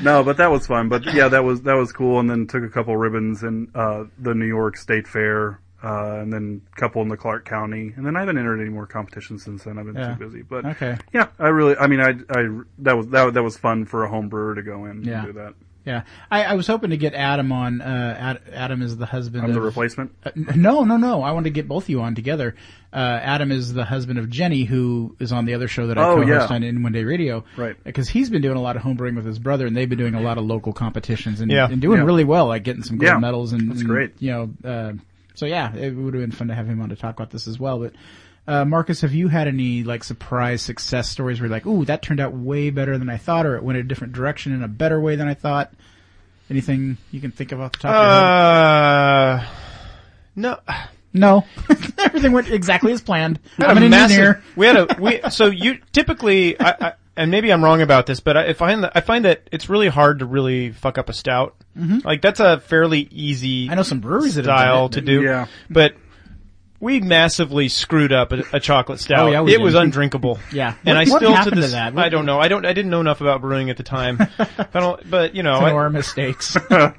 S6: No, but that was fun. But yeah, that was that was cool. And then took a couple ribbons in uh, the New York State Fair. Uh, and then a couple in the Clark County, and then I haven't entered any more competitions since then. I've been
S5: Yeah.
S6: too busy, but
S5: Okay.
S6: yeah, I really, I mean, I, I, that was, that, that was fun for a home brewer to go in
S5: Yeah.
S6: and do that.
S5: Yeah, I, I was hoping to get Adam on. Uh, Ad, Adam is the husband.
S6: I'm
S5: of,
S6: the replacement.
S5: Uh, n- no, no, no. I want to get both of you on together. Uh, Adam is the husband of Jenny, who is on the other show that I
S6: Oh,
S5: co-host
S6: yeah.
S5: on In One Day Radio.
S6: Right.
S5: Because he's been doing a lot of homebrewing with his brother, and they've been doing a lot of local competitions and,
S7: Yeah.
S5: and doing
S6: Yeah.
S5: really well, like getting some gold
S6: Yeah.
S5: medals and,
S6: That's
S5: and,
S6: great.
S5: You know, uh, so yeah, it would have been fun to have him on to talk about this as well. But uh, Marcus, have you had any like surprise success stories where you're like, ooh, that turned out way better than I thought, or it went a different direction in a better way than I thought? Anything you can think of off the top of your head?
S7: Uh, no.
S5: No, everything went exactly as planned.
S7: had
S5: I'm
S7: a
S5: an
S7: massive-
S5: engineer.
S7: We had a we. So you typically, I, I, and maybe I'm wrong about this, but I find that I find that it's really hard to really fuck up a stout. Like that's a fairly easy
S5: Mm-hmm. I know some breweries that have done
S7: style
S5: it,
S7: to
S5: but-
S7: do.
S6: Yeah.
S7: But we massively screwed up a, a chocolate stout.
S5: Oh, yeah, we
S7: it
S5: did.
S7: was undrinkable.
S5: Yeah.
S7: And
S5: What-
S7: I
S5: what
S7: still
S5: happened to
S7: to this.
S5: that?
S7: I don't know. I don't. I didn't know enough about brewing at the time. I don't. But you know,
S5: Some
S7: I-
S5: of our mistakes.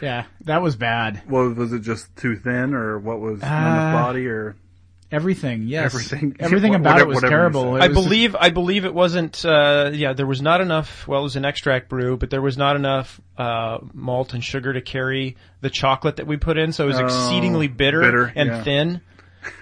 S5: yeah, that was bad.
S6: Well, was it just too thin or what was
S5: Uh,
S6: on the body or?
S5: Everything, yes,
S6: Everything.
S5: everything
S6: What-
S5: about it was
S6: whatever you
S5: terrible.
S6: said.
S5: It
S7: I
S5: was
S7: believe I believe it wasn't. Uh, yeah, there was not enough. Well, it was an extract brew, but there was not enough uh, malt and sugar to carry the chocolate that we put in, so it was exceedingly bitter,
S6: bitter,
S7: and
S6: yeah.
S7: thin,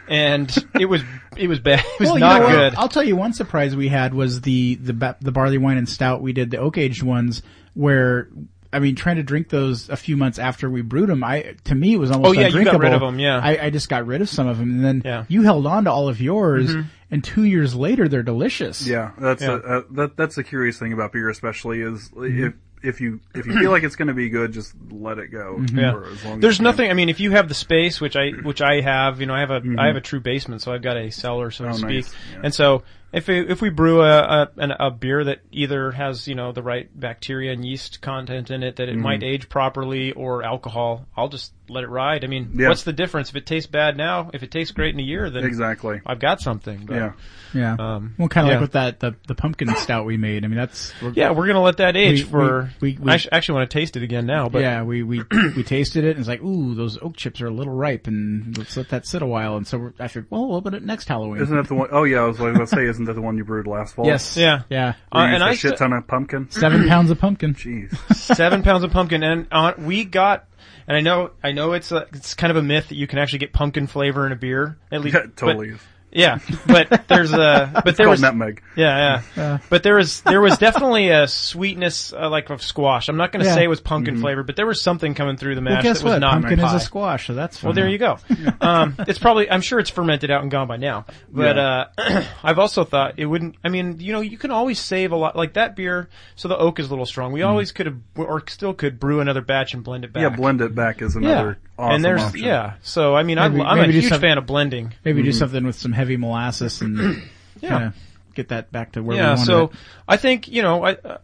S7: and it was it was bad. It was
S5: Well, you
S7: not
S5: know what?
S7: good.
S5: I'll tell you one surprise we had was the the ba- the barley wine and stout we did the oak aged ones where I mean trying to drink those a few months after we brewed them I to me it was almost
S7: Oh, yeah, you got
S5: undrinkable.
S7: rid of 'em, yeah.
S5: I, I just got rid of some of them and then
S7: Yeah. Mm-hmm.
S5: you held on to all of yours and two years later they're delicious
S6: Yeah, that's A, uh, that, that's the curious thing about beer, especially is
S7: Mm-hmm.
S6: if if you if you feel like it's going to be good, just let it go.
S7: Yeah.
S6: for as long as
S7: Mm-hmm. There's
S6: you can.
S7: nothing. I mean, if you have the space, which I which I have, you know, I have a I have a true basement, so I've got a cellar, so to
S6: Mm-hmm. Oh, nice.
S7: speak.
S6: Yeah.
S7: And so if we, if we brew a, a an, a beer that either has you know the right bacteria and yeast content in it that it
S6: Mm-hmm.
S7: might age properly or alcohol, I'll just let it ride. I mean,
S6: Yeah.
S7: what's the difference if it tastes bad now? If it tastes great in a year, then
S6: Exactly.
S7: I've got something. But,
S6: Yeah.
S5: yeah
S7: Um,
S5: well kind of
S7: yeah.
S5: like with that the, the pumpkin stout we made I mean that's
S7: Yeah, we're gonna let that age
S5: We-
S7: for.
S5: we- we- we-
S7: I actu- actually want to taste it again now, but
S5: yeah, we we we tasted it and it's like, ooh, those oak chips are a little ripe, and let's let that sit a while. And so we're, I figured, well, we'll open it next Halloween.
S6: Isn't that the one oh yeah, I was like, let's say, isn't that the one you brewed last fall?
S5: yes,
S7: Yeah.
S5: yeah,
S6: You
S7: Uh,
S6: used
S7: and
S6: a
S7: I
S6: shit
S7: st-
S6: ton of pumpkin.
S5: seven pounds of pumpkin.
S6: Jeez.
S7: seven pounds of pumpkin, and uh, we got. And I know, I know, it's a, it's kind of a myth that you can actually get pumpkin flavor in a beer. At least,
S6: Yeah, totally.
S7: But,
S6: is.
S7: yeah, but there's a, but there
S6: Called
S7: was, yeah,
S6: nutmeg.
S7: yeah, but there was, there was definitely a sweetness uh, like of squash. I'm not going to
S5: Yeah.
S7: say it was pumpkin
S6: Mm-hmm.
S7: flavor, but there was something coming through the
S5: Well,
S7: mash
S5: guess
S7: that was
S5: what?
S7: not
S5: Pumpkin
S7: pie.
S5: is a squash, so that's fun.
S7: Well, there you go. Um, it's probably, I'm sure it's fermented out and gone by now. But, uh, I've also thought it wouldn't, I mean, you know, you can always save a lot, like that beer, so the oak is a little strong.
S5: Mm-hmm.
S7: We always could have, or still could brew another batch and blend it back.
S6: Yeah, blend it back is
S7: Yeah.
S6: another awesome
S7: and there's,
S6: option.
S7: yeah. So, I mean,
S5: Maybe-
S7: I, I'm
S5: maybe
S7: a
S5: do
S7: huge
S5: some-
S7: fan of blending.
S5: Maybe do something with some heavy molasses and
S7: Mm-hmm. Yeah.
S5: kinda get that back to where
S7: Yeah.
S5: we wanted
S7: So
S5: it.
S7: I think, you know, I, uh,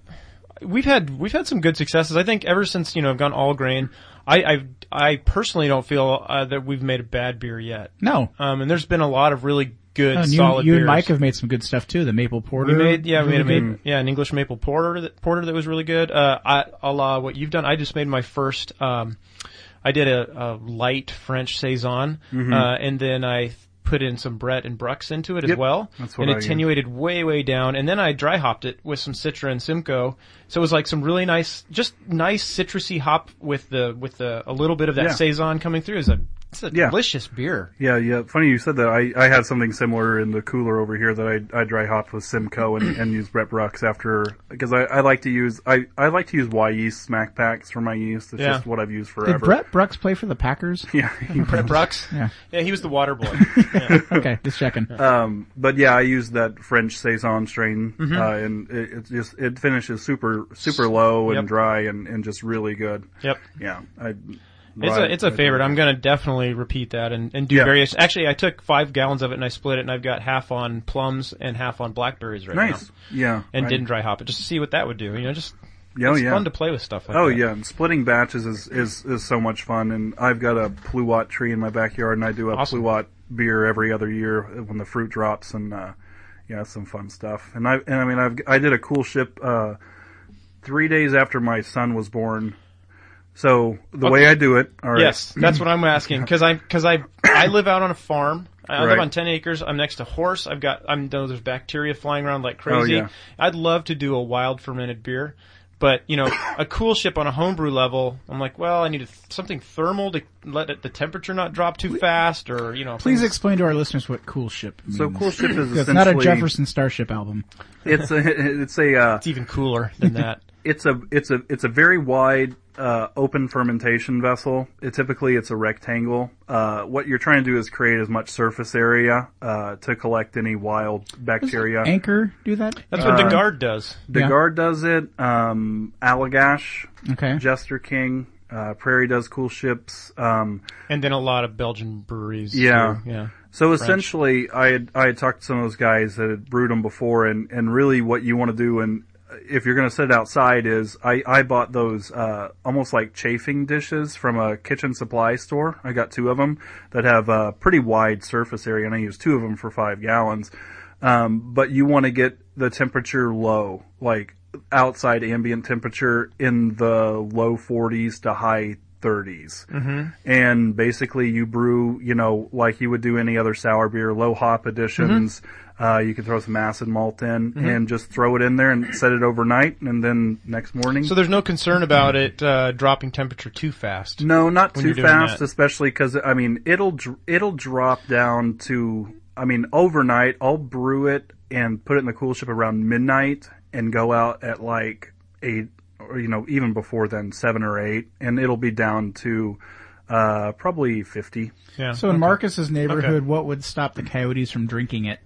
S7: we've had, we've had some good successes. I think ever since, you know, I've gone all grain, I, I, I personally don't feel uh, that we've made a bad beer yet.
S5: No,
S7: Um, and there's been a lot of really good,
S5: No, Oh, and you,
S7: solid
S5: you and
S7: beers.
S5: Mike have made some good stuff too. The maple porter.
S7: We made yeah, we
S5: really
S7: made a
S5: good.
S7: maple, yeah an English maple porter that, porter that was really good. Uh, I, a la what you've done, I just made my first um, I did a, a light French saison,
S5: Mm-hmm.
S7: uh, and then I th- put in some Brett and Brux into it as
S6: Yep.
S7: well,
S6: That's what
S7: and
S6: I use.
S7: attenuated way way down, and then I dry hopped it with some Citra and Simcoe, so it was like some really nice, just nice citrusy hop with the with the a little bit of that
S6: Yeah.
S7: saison coming through. It's a it's a
S6: Yeah.
S7: delicious beer.
S6: Yeah, yeah. Funny you said that. I, I had something similar in the cooler over here that I, I dry hopped with Simcoe and, and used Brett Brooks after because I, I like to use I, I like to use Y yeast smack packs for my yeast. It's
S7: Yeah.
S6: just what I've used forever.
S5: Did Brett Brooks play for the Packers?
S6: yeah,
S7: Brett Brux,
S5: Yeah.
S7: he was the water boy.
S5: okay, just checking.
S6: um, but yeah, I used that French saison strain,
S7: Mm-hmm.
S6: uh, and it, it just it finishes super super low and
S7: Yep.
S6: dry and, and just really good.
S7: Yep.
S6: Yeah, I,
S7: It's
S6: right,
S7: a it's a
S6: I-
S7: favorite. I'm gonna definitely repeat that and, and do
S6: Yeah.
S7: various. Actually, I took five gallons of it and I split it, and I've got half on plums and half on blackberries right
S6: Nice.
S7: now.
S6: Yeah,
S7: And
S6: I-
S7: didn't dry hop it just to see what that would do. You know, just
S6: Yeah, Oh,
S7: it's
S6: yeah.
S7: fun to play with stuff like
S6: Oh
S7: that.
S6: yeah, and splitting batches is, is, is so much fun. And I've got a pluot tree in my backyard, and I do a
S7: Awesome.
S6: pluot beer every other year when the fruit drops, and uh, yeah, it's some fun stuff. And I and I mean I've I did a cool ship uh, three days after my son was born. So the way I do it, all right,
S7: Yes, that's what I'm asking because I because I I live out on a farm. I live
S6: Right.
S7: on ten acres. I'm next to horse. I've got I'm there's bacteria flying around like crazy.
S6: Oh, yeah.
S7: I'd love to do a wild fermented beer, but you know a cool ship on a homebrew level. I'm like, well, I need a, something thermal to let it, the temperature not drop too fast, or you know,
S5: Please
S7: things-
S5: explain to our listeners what Cool Ship means.
S6: So cool ship is
S5: It's not a
S6: essentially
S5: Jefferson Starship album.
S6: it's a it's a uh,
S7: it's even cooler than that.
S6: it's a it's a it's a very wide uh, open fermentation vessel. It, typically, it's a rectangle. Uh, what you're trying to do is create as much surface area uh, to collect any wild bacteria.
S5: Anchor do that?
S7: That's
S6: Uh,
S7: what the guard does.
S6: Degard does it. Um, Allagash,
S5: Okay.
S6: Jester King, uh, Prairie does cool ships. Um,
S7: And then a lot of Belgian breweries.
S6: Yeah.
S7: too. yeah.
S6: So essentially, I had, I had talked to some of those guys that had brewed them before, and, and really what you want to do, and uh, if you're going to set it outside, is I, I bought those uh, almost like chafing dishes from a kitchen supply store. I got two of them that have a pretty wide surface area, and I use two of them for five gallons. Um, but you want to get the temperature low, like outside ambient temperature in the low 40s to high 30s. Mm-hmm. And basically, you brew, you know, like you would do any other sour beer, low hop additions. Uh, you can throw some acid malt in and just throw it in there and set it overnight, and then next morning.
S7: So there's no concern about it uh, dropping temperature too fast.
S6: No, not
S7: when
S6: too
S7: you're doing
S6: fast,
S7: that.
S6: especially because I mean it'll dr- it'll drop down to I mean overnight. I'll brew it and put it in the cool ship around midnight and go out at like eight or you know even before then seven or eight, and it'll be down to uh, probably fifty.
S7: Yeah.
S5: So in Marcus's neighborhood, what would stop the coyotes from drinking it?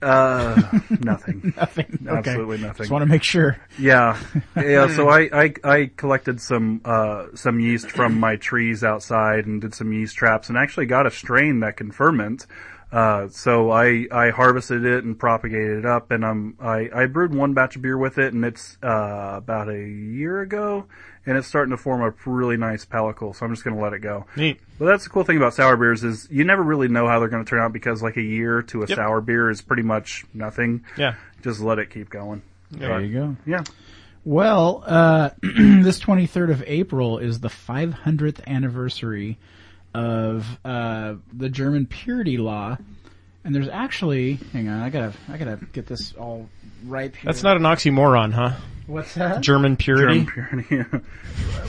S6: Uh, nothing.
S5: Nothing. Okay.
S6: Absolutely nothing.
S5: Just want to make sure.
S6: Yeah, yeah. So I, I I collected some uh some yeast from my trees outside and did some yeast traps and actually got a strain that can ferment. Uh, so I I harvested it and propagated it up and um I I brewed one batch of beer with it and it's uh about a year ago and it's starting to form a really nice pellicle. So I'm just gonna let it go.
S7: Neat.
S6: Well, that's the cool thing about sour beers is you never really know how they're going to turn out because like a year to a sour beer is pretty much nothing.
S7: Yeah.
S6: Just let it keep going.
S5: There you go.
S6: Yeah.
S5: Well, uh, this 23rd of April is the 500th anniversary of uh, the German purity law, and there's actually hang on, I gotta I gotta get this all right. Here.
S7: That's not an oxymoron, huh?
S5: what's that.
S7: German purity.
S6: Germ purity.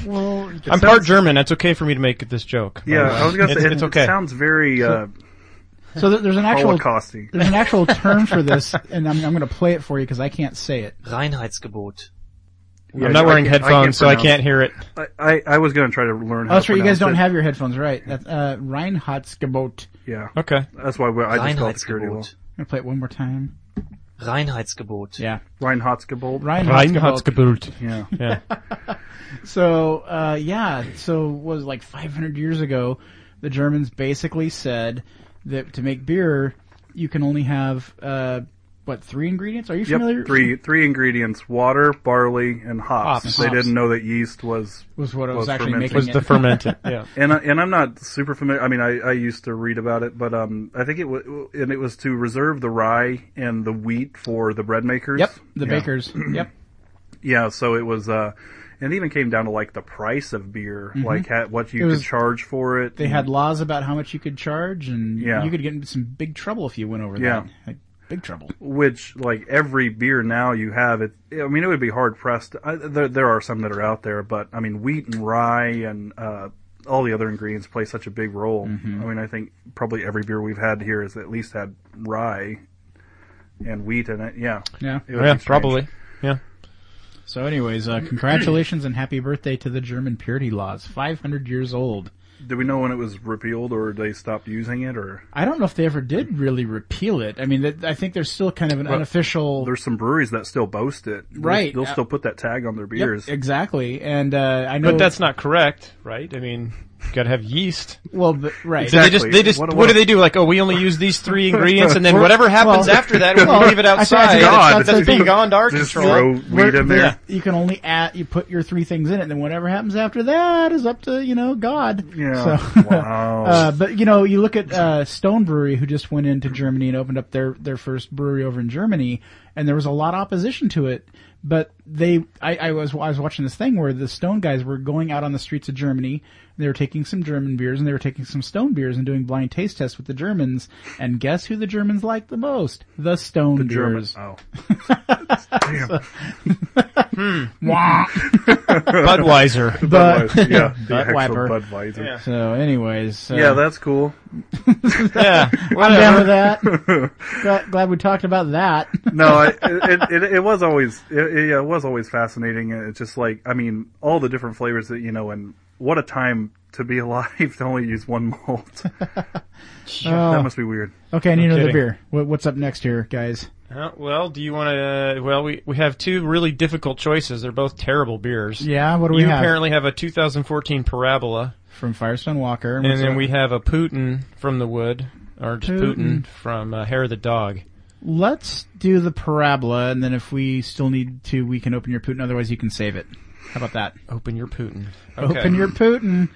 S5: well,
S7: I'm part German. That's okay for me to make this joke. by
S6: Yeah,
S7: the way.
S6: I was gonna
S7: It's-
S6: say it,
S7: it's okay.
S6: sounds very uh,
S5: so there- there's an actual
S6: Holocausty.
S5: there's an actual term for this, and I'm, I'm going to play it for you because I can't say it.
S3: Reinheitsgebot.
S6: Yeah,
S7: I'm not
S6: I
S7: wearing
S6: can't- I
S7: headphones, so I
S6: pronounce-
S7: can't hear it.
S6: I, I, I was going to try to learn.
S5: Oh,
S6: How to
S5: that's right. You guys don't
S6: pronounce
S5: have your headphones, right? That, uh, Reinheitsgebot.
S6: it. Yeah,
S7: Okay.
S6: that's why we, I just call it security law.
S3: Reinheitsgebot.
S5: I'm going to play it one more time.
S3: Reinheitsgebot.
S5: Yeah,
S6: Reinhotzgebot.
S5: Reinheitsgebot.
S6: Yeah,
S7: Yeah.
S5: So, uh, yeah. So it was like 500 years ago, the Germans basically said that to make beer, you can only have uh, what three ingredients? Are you familiar?
S6: yep. Three three ingredients: water, barley, and hops.
S5: Hops.
S6: They
S5: Hops.
S6: didn't know that yeast was.
S5: was what I was,
S6: was
S5: actually
S6: fermented.
S5: making.
S7: The
S5: It.
S7: fermented. Yeah. Oh,
S6: And I, and I'm not super familiar. I mean, I, I used to read about it, but um, I think it was and it was to reserve the rye and the wheat for the bread makers.
S5: Yep, the
S6: Yeah.
S5: bakers. yep.
S6: Yeah, so it was uh And it even came down to like the price of beer, like ha- what
S5: Mm-hmm. It
S6: you
S5: was-
S6: could charge for it.
S5: They had laws about how much you could charge, and
S6: Yeah.
S5: you could get into some big trouble if you went over
S6: Yeah.
S5: that. Like, big trouble.
S6: which like every beer now you have it. I mean, it would be hard pressed. I, there, there are some that are out there, but I mean, wheat and rye and uh, all the other ingredients play such a big role.
S5: Mm-hmm.
S6: I mean, I think probably every beer we've had here has at least had rye and wheat in it. Yeah,
S5: Yeah.
S6: It would be strange.
S7: Yeah.
S5: So, anyways, uh, congratulations and happy birthday to the German purity laws. 500 years old.
S6: Do we know when it was repealed or they stopped using it? Or
S5: I don't know if they ever did really repeal it. I mean, that, I think there's still kind of an unofficial.
S6: there's some breweries that still boast it. They'll-
S5: Right.
S6: they'll
S5: Uh,
S6: still put that tag on their
S5: Yep,
S6: beers.
S5: exactly. And, uh, I know.
S7: But that's not correct, right? I mean, you gotta have yeast.
S5: Well, but, right.
S7: So They just, they
S6: Exactly.
S7: just,
S6: What-
S7: what,
S6: what-
S7: do they do? Like, oh, we only use these three ingredients, and then whatever happens
S5: well-
S7: after that, we
S5: well,
S7: leave it
S5: I think
S7: outside.
S5: it's
S7: That's-
S5: God,
S7: that's
S5: they-
S7: beyond our
S6: Just
S7: control.
S6: throw wheat in there.
S5: You can only add, you put your three things in it, and then whatever happens after that is up to, you know, God.
S6: Yeah.
S5: So,
S6: Wow.
S5: uh, but you know, you look at, uh, Stone Brewery, who just went into Germany and opened up their, their first brewery over in Germany, and there was a lot of opposition to it. But they, I, I was, I was watching this thing where the Stone guys were going out on the streets of Germany, and they were taking some German beers, and they were taking some Stone beers and doing blind taste tests with the Germans, and guess who the Germans liked the most? The Stone
S6: The
S5: beers.
S6: Germans. Oh. Damn.
S7: Budweiser.
S6: Budweiser. Yeah. The
S5: Budweiser.
S6: actual Budweiser. Yeah.
S5: So, anyways, so
S6: that's cool.
S7: yeah.
S5: I'm down with that. glad, glad we talked about that.
S6: No, I, it, it it was always it, it, yeah, it was always fascinating. and It's just like I mean, all the different flavors that you know, and what a time to be alive to only use one malt.
S5: Oh.
S6: that must be weird.
S5: Okay, I need another
S7: kidding.
S5: beer. What, what's up next here, guys?
S7: Uh, well, do you want to? Well, we we have two really difficult choices. They're both terrible beers.
S5: Yeah, what do we
S7: You
S5: have?
S7: apparently have a 2014 Parabola,
S5: From Firestone Walker.
S7: and
S5: What's
S7: then
S5: up?
S7: we have a Putin from the Wood, or just Putin, from uh, Hair of the Dog.
S5: Let's do the Parabola, and then if we still need to, we can open your Putin. Otherwise, you can save it. How about that?
S7: Open your Putin. Okay.
S5: Open your Putin.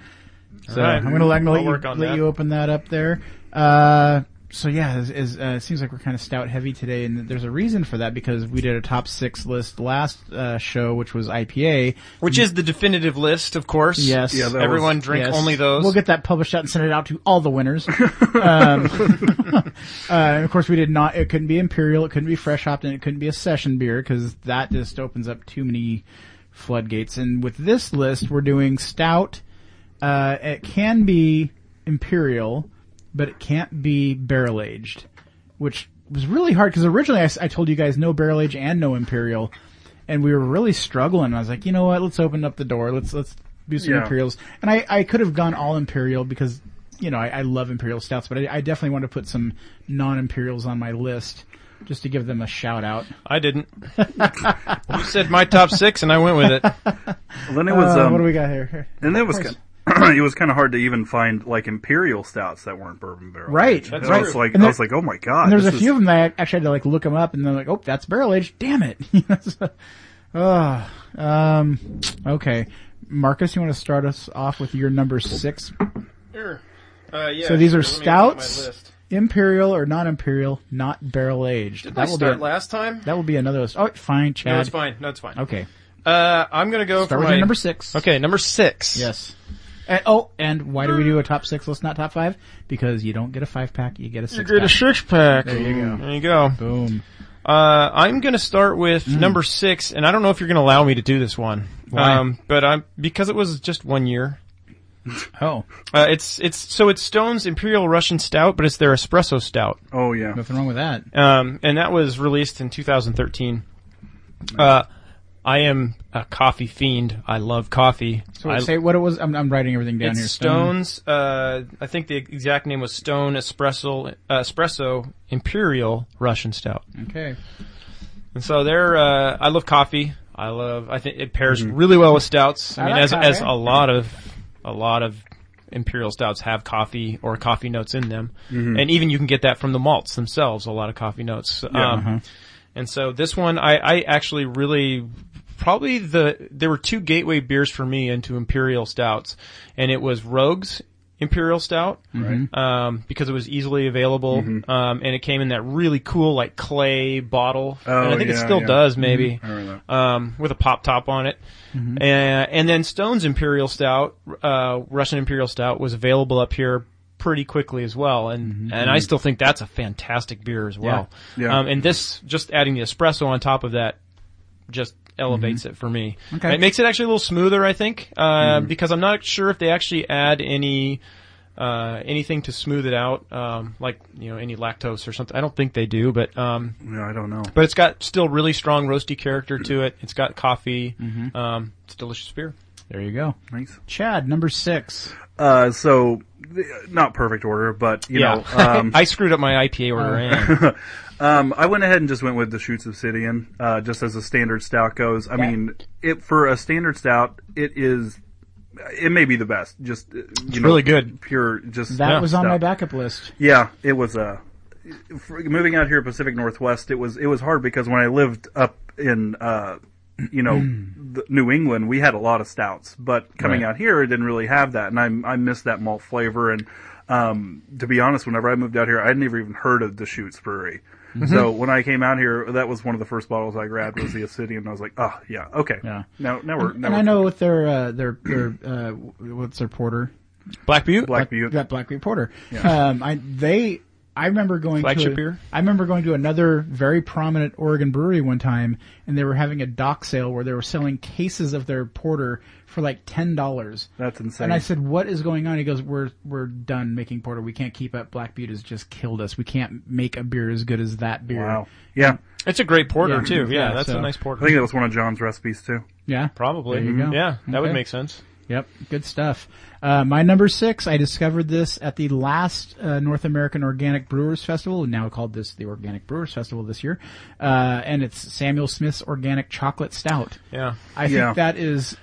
S5: So
S7: right.
S5: I'm going to let,
S7: I'll
S5: let, you,
S7: work on
S5: let
S7: that.
S5: you open that up there. Uh, so yeah, is, is, uh, it seems like we're kind of stout heavy today, and there's a reason for that because we did a top six list last uh, show, which was IPA.
S7: which is the definitive list, of course.
S5: Yes. Yeah,
S6: that
S7: Everyone
S6: was-
S7: drink
S5: Yes.
S7: only those.
S5: We'll get that published out and send it out to all the winners. um, uh, and of course, we did not. It couldn't be imperial. It couldn't be fresh hopped, and it couldn't be a session beer because that just opens up too many floodgates. And with this list, we're doing stout. Uh, it can be imperial, but it can't be barrel aged, which was really hard because originally I, s- I told you guys no barrel age and no imperial, and we were really struggling. I was like, you know what? Let's open up the door. Let's let's do some
S6: Yeah.
S5: imperials. And I I could have gone all imperial because you know I, I love imperial stouts, but I, I definitely wanted to put some non imperials on my list just to give them a shout out.
S7: I didn't. you said my top six, and I went with it.
S6: And then it was
S5: Uh,
S6: um,
S5: what do we got here?
S6: and then it was kind it was kind of hard to even find like imperial stouts that weren't bourbon barrel.
S5: Right.
S6: And
S5: right.
S6: I was like,
S5: And
S6: I
S5: there-
S6: was like, oh my god.
S5: And there's
S6: this
S5: a
S6: is-
S5: few of them that I actually had to like look them up, and they're like, "Oh, that's barrel aged. Damn it!" You know, so- Ah, um, okay, Marcus, you want to start us off with your number six?
S7: Uh, yeah,
S5: So these are
S7: sure, let me look at my
S5: stouts?
S7: list.
S5: Imperial or non-imperial, not barrel aged.
S7: Did I
S5: That will be
S7: start
S5: a,
S7: last time?
S5: that will be another list. Oh, fine, Chad.
S7: No, it's fine. No, it's fine.
S5: Okay,
S7: Uh, I'm gonna go
S5: start
S7: for
S5: with
S7: my
S5: your number six.
S7: Okay, number six.
S5: Yes. And, oh, and why do we do a top six list, not top five? Because you don't get a five pack, you get a six. pack.
S7: six pack.
S5: There you go.
S7: There you go.
S5: Boom.
S7: Uh, I'm gonna start with number six, and I don't know if you're gonna allow me to do this one.
S5: Mm. Why?
S7: Um, but I'm because it was just one year.
S5: Oh,
S7: Uh, it's it's so it's Stone's Imperial Russian Stout, but it's their espresso stout.
S6: Oh yeah.
S5: nothing wrong with that.
S7: um, and that was released in 2013. Uh, I am a coffee fiend. I love coffee.
S5: So
S7: I,
S5: say what it was. I'm, I'm writing everything down
S7: it's
S5: here.
S7: Stones. Uh, I think the exact name was Stone Espresso uh, Espresso Imperial Russian Stout.
S5: Okay.
S7: And so they're. Uh, I love coffee. I love. I think it pairs really well with stouts. I, mean,
S5: like
S7: as as
S5: coffee.
S7: a lot of a lot of imperial stouts have coffee or coffee notes in them, and even you can get that from the malts themselves. A lot of coffee notes. um, And so this one, I, I actually really probably the there were two gateway beers for me into imperial stouts, and it was Rogues imperial stout um, because it was easily available
S6: Mm-hmm.
S7: um, and it came in that really cool like clay bottle and
S6: Oh,
S7: I think it
S6: yeah,
S7: still
S6: yeah.
S7: does maybe
S6: remember Mm-hmm.
S7: um, with a pop top on it uh, and then Stone's imperial stout uh, Russian imperial stout was available up here pretty quickly as well and and I still think that's a fantastic beer as well
S6: Mm-hmm. Yeah. Yeah.
S7: Um, and this just adding the espresso on top of that just elevates it for me.
S5: Mm-hmm. Okay. Mm-hmm.
S7: It makes it actually a little smoother, I think, uh, because I'm not sure if they actually add any uh, anything to smooth it out, um, like you know any lactose or something. I don't think they do, but um,
S6: No, I don't know.
S7: but it's got still really strong roasty character to it. It's got coffee.
S5: Mm-hmm.
S7: Um, it's a delicious beer.
S5: There you go.
S6: Thanks.
S5: Chad, number six.
S6: Uh, so th- not perfect order, but you know, um,
S7: I screwed up my IPA order.
S5: Uh,
S7: and
S6: um, I went ahead and just went with the Shoots Obsidian, uh, just as a standard stout goes. I mean, it for a standard stout, it is, it may be the best. Just uh, you know,
S7: really good.
S6: pure. Just
S5: That was on
S6: stout.
S5: my backup list.
S6: Yeah, it was uh, f moving out here Pacific Northwest. It was it was hard because when I lived up in uh, you know
S5: Hmm.
S6: the, New England, we had a lot of stouts, but coming out here, I didn't really have that, and I I missed that malt flavor. And um, to be honest, whenever I moved out here, I'd never even heard of the Deschutes Brewery.
S5: Mm-hmm.
S6: So when I came out here, that was one of the first bottles I grabbed was the Obsidian. and I was like, oh yeah, okay,
S5: Yeah.
S6: now now we're now
S5: And
S6: we're
S5: I know with their uh, their their uh, what's their porter
S7: Black Butte.
S6: Black Butte.
S5: that Black Butte Porter. Um, I they I remember going to
S7: Flagship
S5: a-
S7: beer?
S5: I remember going to another very prominent Oregon brewery one time, and they were having a dock sale where they were selling cases of their porter for like ten dollars.
S6: That's insane.
S5: And I said, "What is going on?" He goes, "We're we're done making porter. We can't keep up. Black Butte has just killed us. We can't make a beer as good as that beer."
S6: wow, yeah,
S7: It's a great porter
S5: Yeah.
S7: too. Yeah,
S5: Yeah,
S7: that's
S5: so-
S7: a nice
S6: I
S7: porter.
S6: think that was one of John's recipes too.
S5: Yeah.
S7: Probably.
S5: There you go.
S7: Yeah, that would
S5: Okay.
S7: make sense.
S5: Yep, good stuff. Uh, my number six, I discovered this at the last uh, North American Organic Brewers Festival, now called this the Organic Brewers Festival this year, uh, and it's Samuel Smith's Organic Chocolate Stout.
S7: Yeah.
S5: I think
S6: Yeah.
S5: that is.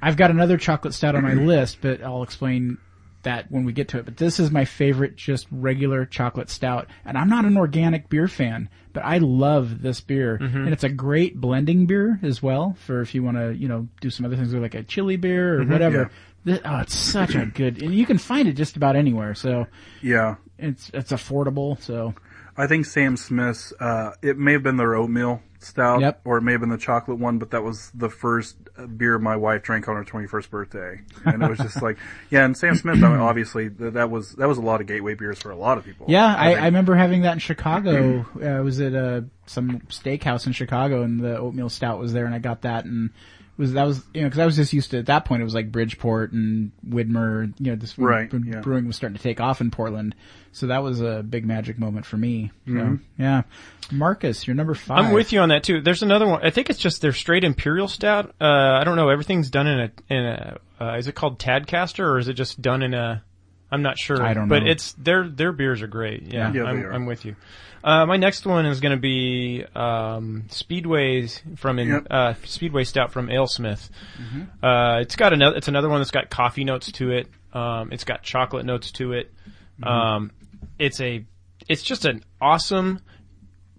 S5: I've got another chocolate stout on my list, but I'll explain that when we get to it. But this is my favorite, just regular chocolate stout. And I'm not an organic beer fan, but I love this beer, and it's a great blending beer as well. For if you want to, you know, do some other things with like a chili beer or whatever. Thi- oh, it's such a good, and you can find it just about anywhere. So
S6: Yeah,
S5: it's it's affordable. So
S6: I think Sam Smith's. Uh, it may have been their oatmeal stout,
S5: Yep.
S6: or it may have been the chocolate one, but that was the first uh, beer my wife drank on her twenty first birthday, and it was just like, yeah. And Sam Smith, I mean, obviously, th- that was that was a lot of gateway beers for a lot of people.
S5: Yeah, I, I,
S6: think.
S5: remember having that in Chicago. uh, I was at uh, some steakhouse in Chicago, and the oatmeal stout was there, and I got that, and was that was you know because I was just used to at that point it was like Bridgeport and Widmer, you know, this when
S6: Right,
S5: bre-
S6: yeah.
S5: brewing was starting to take off in Portland, so that was a big magic moment for me. So,
S6: Mm-hmm.
S5: Yeah, Marcus, you're number five.
S7: I'm with you on that too. There's another one. I think it's just their straight imperial stout. Uh, I don't know. Everything's done in a in a. Uh, is it called Tadcaster or is it just done in a? I'm not sure.
S5: I don't
S7: But
S5: know.
S7: it's their their beers are great. Yeah,
S6: Yeah, they
S7: I'm,
S6: are.
S7: I'm with you. Uh, my next one is going to be um, Speedway's from in,
S6: Yep. Mm-hmm.
S7: uh, Speedway Stout from Alesmith. Uh, it's got another. It's another one that's got coffee notes to it. Um, it's got chocolate notes to it. Um, it's a. It's just an awesome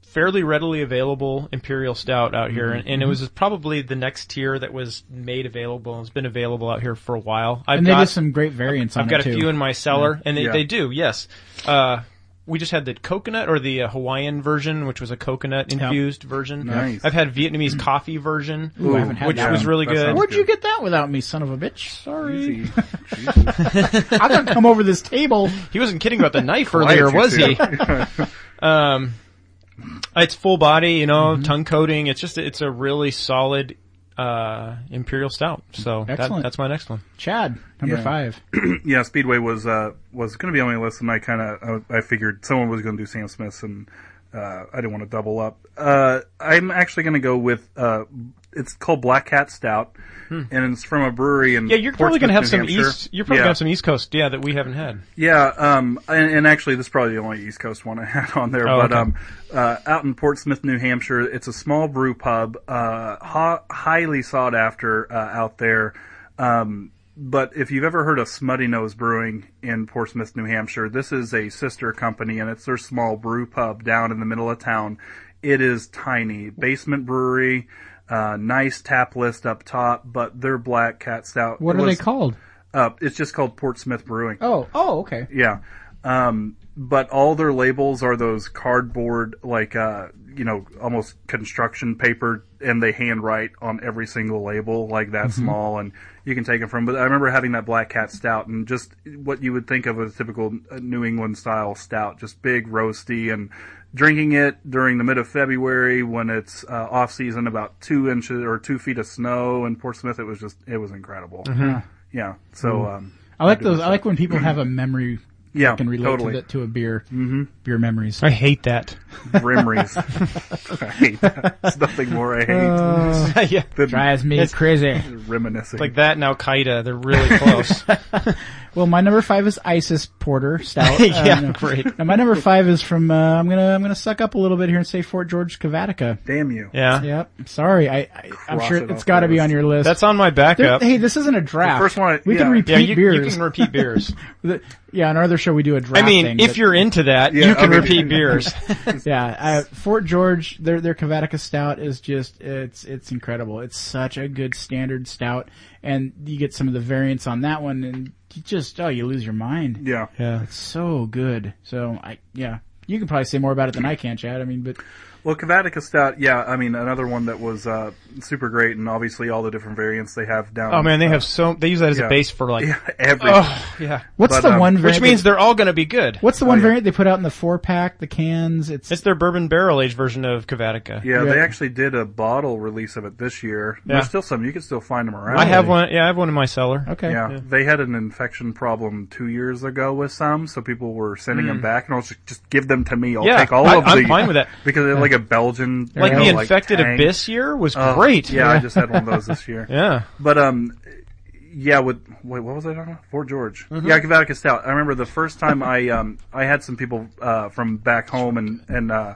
S7: fairly readily available imperial stout out here,
S5: Mm-hmm.
S7: and, and it was probably the next tier that was made available. It's been available out here for a while. I've
S5: and they
S7: got,
S5: did some great variants on
S7: I've got
S5: it
S7: a
S5: too.
S7: few in my cellar, and they,
S6: Yeah.
S7: they do. Yes, uh, we just had the coconut or the uh, Hawaiian version, which was a coconut infused version.
S6: Nice.
S7: I've had Vietnamese coffee version,
S5: Ooh, I haven't had
S7: which
S5: that
S7: was
S5: one.
S7: really
S6: That
S7: good.
S6: sounds
S5: Where'd you get that without me, son of a bitch? Sorry,
S6: Easy.
S5: I'm gonna come over this table.
S7: He wasn't kidding about the knife earlier,
S6: you
S7: was he?
S6: two.
S7: um, it's full body, you know, tongue coating. It's just it's a really solid uh, imperial stout. So that,
S5: Excellent.
S7: that's my next one.
S5: Chad, number
S6: Yeah.
S5: five.
S6: yeah, Speedway was uh, was going to be on my list, and I kind of I, I figured someone was going to do Sam Smith's, and uh, I didn't want to double up. Uh, I'm actually going to go with uh, it's called Black Cat Stout, and it's from a brewery in
S7: Hmm. Yeah, you're probably
S6: going
S7: gonna
S6: to
S7: have some east. You're probably
S6: yeah.
S7: gonna have some East Coast, yeah, that we haven't had.
S6: Yeah, um, and, and actually, this is probably the only East Coast one I had on there.
S7: Oh,
S6: but
S7: okay.
S6: um, uh, out in Portsmouth, New Hampshire, it's a small brew pub, uh, ha- highly sought after uh, out there. Um, but if you've ever heard of Smutty Nose Brewing in Portsmouth, New Hampshire, this is a sister company, and it's their small brew pub down in the middle of town. It is tiny basement brewery. Uh, nice tap list up top, but their black cat stout.
S5: What
S6: it
S5: are they
S6: was-
S5: called?
S6: Uh, it's just called Portsmouth Brewing.
S5: Oh, oh, okay.
S6: Yeah. Um, but all their labels are those cardboard, like, uh, you know, almost construction paper, and they handwrite on every single label, like that small, and you can take them from. But I remember having that Black Cat Stout, and just what you would think of as a typical uh, New England style stout, just big, roasty, and drinking it during the mid of February when it's uh, off season, about two inches or two feet of snow in Portsmouth. It was just, it was incredible. Yeah. So, um,
S5: I like those. I like when people have a memory.
S6: Yeah,
S5: that can relate
S6: totally. Mm-hmm.
S5: to, the, to a beer, beer memories.
S7: I hate that.
S6: Brimries. I hate that. There's nothing more I hate
S7: yeah.
S6: than
S5: Drives me crazy.
S6: reminiscing.
S7: Uh, Like that and Al Qaeda, they're really close.
S5: Well, my number five is Isis Porter Stout. yeah,
S7: great.
S5: Now my number five is from. Uh, I'm gonna I'm gonna suck up a little bit here and say Fort George, Cavatica.
S6: Damn you.
S7: yeah.
S5: Yep. Sorry, I, I I'm
S6: Cross
S5: sure
S6: it
S5: it has
S6: off
S5: got to be
S6: the list.
S5: on your list.
S7: That's on my
S5: There-
S7: backup.
S5: hey, this isn't a draft.
S6: first one I-
S5: we
S6: yeah.
S5: can repeat
S7: yeah, you, you
S5: beers.
S7: can repeat beers.
S5: The- yeah, on our other show we do a
S7: I
S5: draft.
S7: mean,
S5: thing,
S7: if
S5: but-
S7: you're into that,
S6: Yeah,
S7: you can
S6: I mean-
S7: repeat beers.
S5: yeah, uh, Fort George, their their Cavatica stout is just it's it's incredible. It's such a good standard stout, and you get some of the variants on that one, and you just oh, you lose your mind.
S6: Yeah.
S7: yeah.
S5: It's so good. So I yeah, you can probably say more about it than I can, Chad. I mean, but
S6: Well, Cavatica Stout, yeah, I mean, another one that was uh, super great, and obviously all the different variants they have down.
S7: Oh man, they have so they use that as a
S6: yeah.
S7: base for like.
S6: Yeah, every.
S7: Oh yeah.
S5: what's
S6: But,
S5: the
S6: um,
S5: one
S7: Which
S5: variant?
S7: means they're all going to be good.
S5: what's the one variant they put out in the four pack, the cans? It's
S7: It's their bourbon barrel aged version of Cavatica.
S6: Yeah, they
S5: Yeah.
S6: actually did a bottle release of it this year. There's still some. You can still find them around.
S7: I have one. Yeah, I have one in my cellar.
S5: okay.
S6: Yeah, they had an infection problem two years ago with some, so people were sending them back, and I was just, just give them to me. I'll
S7: Hmm. Yeah,
S6: take all
S7: I-
S6: of
S7: I'm
S6: the.
S7: fine with that.
S6: Because they're like a Belgian, you
S7: Like
S6: know,
S7: the infected
S6: tank.
S7: abyss year was
S6: Oh,
S7: great.
S6: Yeah, I just had one of those this year.
S7: Yeah.
S6: But um, yeah. With wait, what was I talking about? Fort George. Yeah, Cavatica Stout. I remember the first time I um I had some people uh from back home and and uh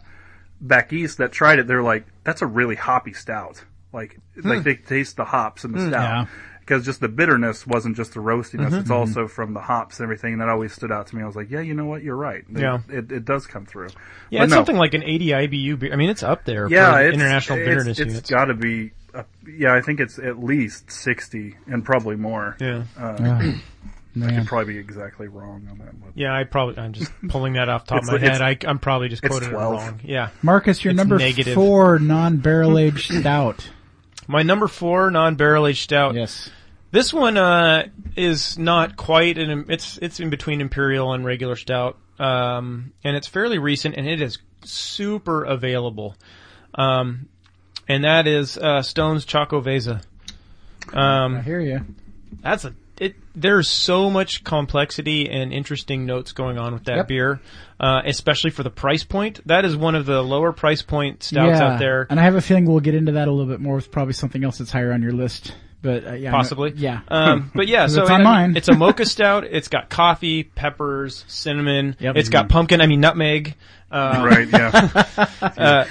S6: back east that tried it. They're like, that's a really hoppy stout. Like like they taste the hops in the stout.
S5: Yeah.
S6: Because just the bitterness wasn't just the roastiness; it's also from the hops and everything. And that always stood out to me. I was like, "Yeah, you know what? You're right. They-
S7: Yeah.
S6: it, it does come through."
S7: Yeah,
S6: But
S7: it's
S6: no.
S7: something like an 80 IBU beer. I mean, it's up there.
S6: Yeah,
S7: for
S6: it's,
S7: international
S6: it's-
S7: bitterness
S6: It's
S7: units.
S6: got to be. Uh, yeah, I think it's at least sixty, and probably more.
S7: yeah,
S6: uh, I'd probably be exactly wrong on that one.
S7: yeah. I probably I'm just pulling that off the top of
S6: It's-
S7: my head.
S6: it's-
S7: I, I'm probably just
S6: it's
S7: quoted it
S6: 12.
S7: wrong. Yeah,
S5: Marcus, your
S7: It's
S5: number
S7: negative.
S5: four non-barrel aged stout.
S7: my number four non-barrel aged stout.
S5: Yes.
S7: This one uh, is not quite an. It's it's in between imperial and regular stout, um, and it's fairly recent, and it is super available. Um, and that is uh, Stone's Choco Vesa. Um,
S5: I hear you.
S7: that's a it. There's so much complexity and interesting notes going on with that
S5: Yep.
S7: beer, uh, especially for the price point. That is one of the lower price point stouts out there.
S5: And I have a feeling we'll get into that a little bit more with probably something else that's higher on your list. But uh, yeah, I'm-
S7: possibly.
S5: yeah.
S7: Um, but yeah,
S5: 'Cause
S7: so
S5: it's on
S7: it-
S5: mine.
S7: it's a mocha stout. It's got coffee, peppers, cinnamon.
S5: Yep.
S7: It's got pumpkin. I mean nutmeg. Uh,
S6: Right? Yeah.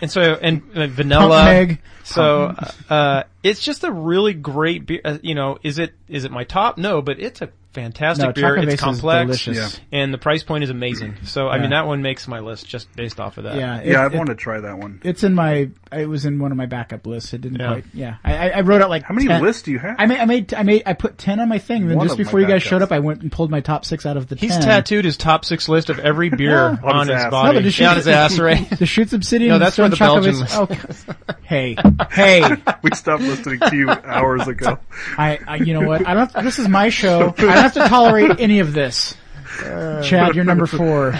S7: and so and uh, vanilla.
S5: Nutmeg.
S7: So uh, it's just a really great beer. Uh, you know, is it is it my top? No, but it's a fantastic
S5: No,
S7: beer.
S5: Choco
S7: It's
S5: Base is
S7: complex,
S5: delicious.
S7: and the price point is amazing. So I mean, that one makes my list just based off of that.
S5: yeah, it-
S6: yeah, I
S5: it-
S6: want to try that one.
S5: It's in my. It was in one of my backup lists. It didn't
S7: Yeah.
S5: quite. Yeah, I, I I wrote out like
S6: How many
S5: 10.
S6: lists do you have?
S5: I made, I made, I made, I put ten on my thing. Then
S6: One
S5: just
S6: of my
S5: before you guys
S6: backups.
S5: showed up, I went and pulled my top six out of the
S7: He's
S5: ten.
S7: tattooed his top six list of every beer
S5: Yeah.
S7: on,
S6: On his
S7: his
S6: ass.
S7: body,
S5: No, but it
S7: Yeah, on his
S5: should-
S7: ass, right?
S5: The shoots obsidian.
S7: No,
S5: and
S7: that's where
S5: Stone
S7: the
S5: Choco
S7: Belgian
S5: Base- Oh, God. hey, hey,
S6: we stopped listening to you hours ago.
S5: I, I, you know what? I don't. This is my show. I don't have to tolerate any of this. Chad, you're number four.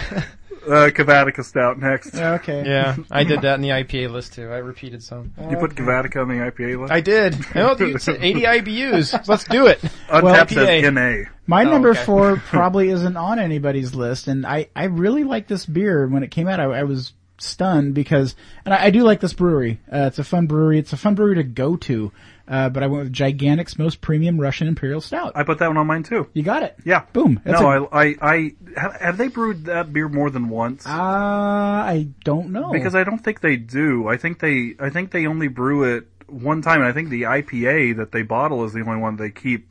S6: Uh, Cavatica Stout next.
S5: Okay.
S7: Yeah, I did that in the IPA list too. I repeated some.
S6: You put Cavatica on the IPA list.
S7: I did. Oh, you said 80 IBUs. Let's do it.
S6: Untapped
S7: well,
S6: says
S7: IPA.
S6: NA.
S5: My
S7: Oh,
S5: number
S7: okay.
S5: four probably isn't on anybody's list, and I, I really like this beer. When it came out, I, I was stunned because, and I, I do like this brewery. Uh, it's a fun brewery. It's a fun brewery to go to, uh, but I went with Gigantic's most premium Russian Imperial Stout.
S6: I put that one on mine too.
S5: you got it.
S6: Yeah.
S5: Boom. That's
S6: no,
S5: a-
S6: I, I, I have, have they brewed that beer more than once?
S5: Uh, I don't know.
S6: because I don't think they do. I think they I think they only brew it one time, and I think the IPA that they bottle is the only one they keep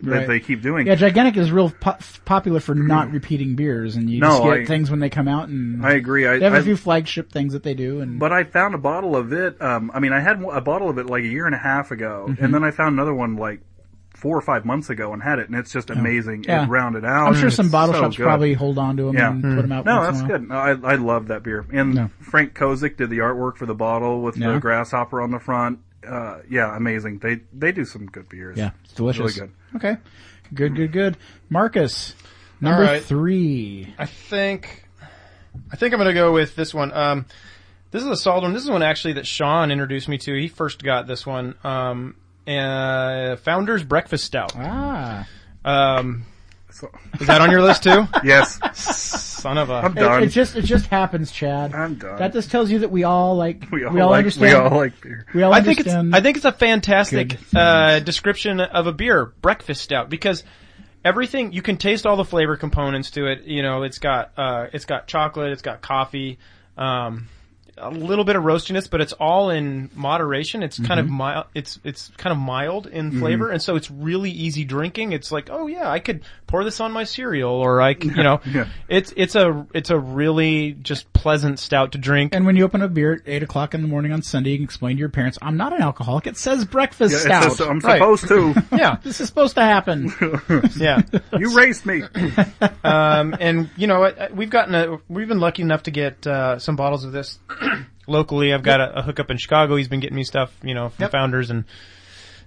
S5: Right.
S6: that they keep doing.
S5: yeah, Gigantic is real po- popular for not repeating beers, and you
S6: No,
S5: just get
S6: I-
S5: things when they come out, and
S6: I agree. I,
S5: they have
S6: I
S5: a few flagship things that they do, and
S6: but I found a
S5: Mm-hmm.
S6: bottle of it. Um, I mean, I had one- a bottle of it like a year and a half ago, and then I found another one like four or five months ago and had it, and it's just amazing.
S5: Yeah.
S6: It rounded out.
S5: I'm sure some
S6: It's
S5: bottle
S6: so
S5: shops
S6: good.
S5: probably hold on to them
S6: Yeah.
S5: and put them out.
S6: No,
S5: once in a
S6: that's
S5: while.
S6: good. No, I I love that beer. And
S5: Yeah.
S6: Frank Kozik did the artwork for the bottle with
S5: Yeah.
S6: the grasshopper on the front. Uh, yeah, amazing. They they do some good beers.
S5: Yeah, it's delicious.
S6: Really
S5: Okay, good, good, good. Marcus, number
S7: right.
S5: three.
S7: I think I think I'm gonna go with this one. Um, this is a solid one. This is one actually that Sean introduced me to. He first got this one. Um, uh, Founder's Breakfast Stout.
S5: Ah,
S7: Um,
S6: So-
S7: is that on your list too?
S6: yes,
S7: Son of a.
S6: I'm
S5: it,
S6: done.
S5: it just it just happens, Chad.
S6: I'm done.
S5: That just tells you that we all like
S6: we all, like
S5: understand.
S6: we all like beer.
S5: we all
S7: I think it's
S5: understand.
S7: I think it's a fantastic
S5: Good
S7: uh, description of a beer, breakfast stout, because everything you can taste all the flavor components to it. You know, it's got uh, it's got chocolate, it's got coffee, um, a little bit of roastiness, but it's all in moderation. It's kind of
S5: Mm-hmm.
S7: mild. It's it's kind of mild in flavor, and so it's really easy drinking. It's like, oh yeah, I could pour this on my cereal, or I, c- you know,
S6: Yeah.
S7: it's it's a it's a really just pleasant stout to drink.
S5: and when you open a beer at eight o'clock in the morning on Sunday, you can explain to your parents, "I'm not an alcoholic. It says breakfast
S6: It's
S5: stout.
S6: just- I'm
S7: Right.
S6: supposed to.
S7: yeah,
S5: this is supposed to happen."
S7: yeah.
S6: you raised me.
S7: um, and you know I- I- we've gotten a, we've been lucky enough to get uh, some bottles of this locally. I've got a, a hookup in Chicago. He's been getting me stuff, you know, from founders and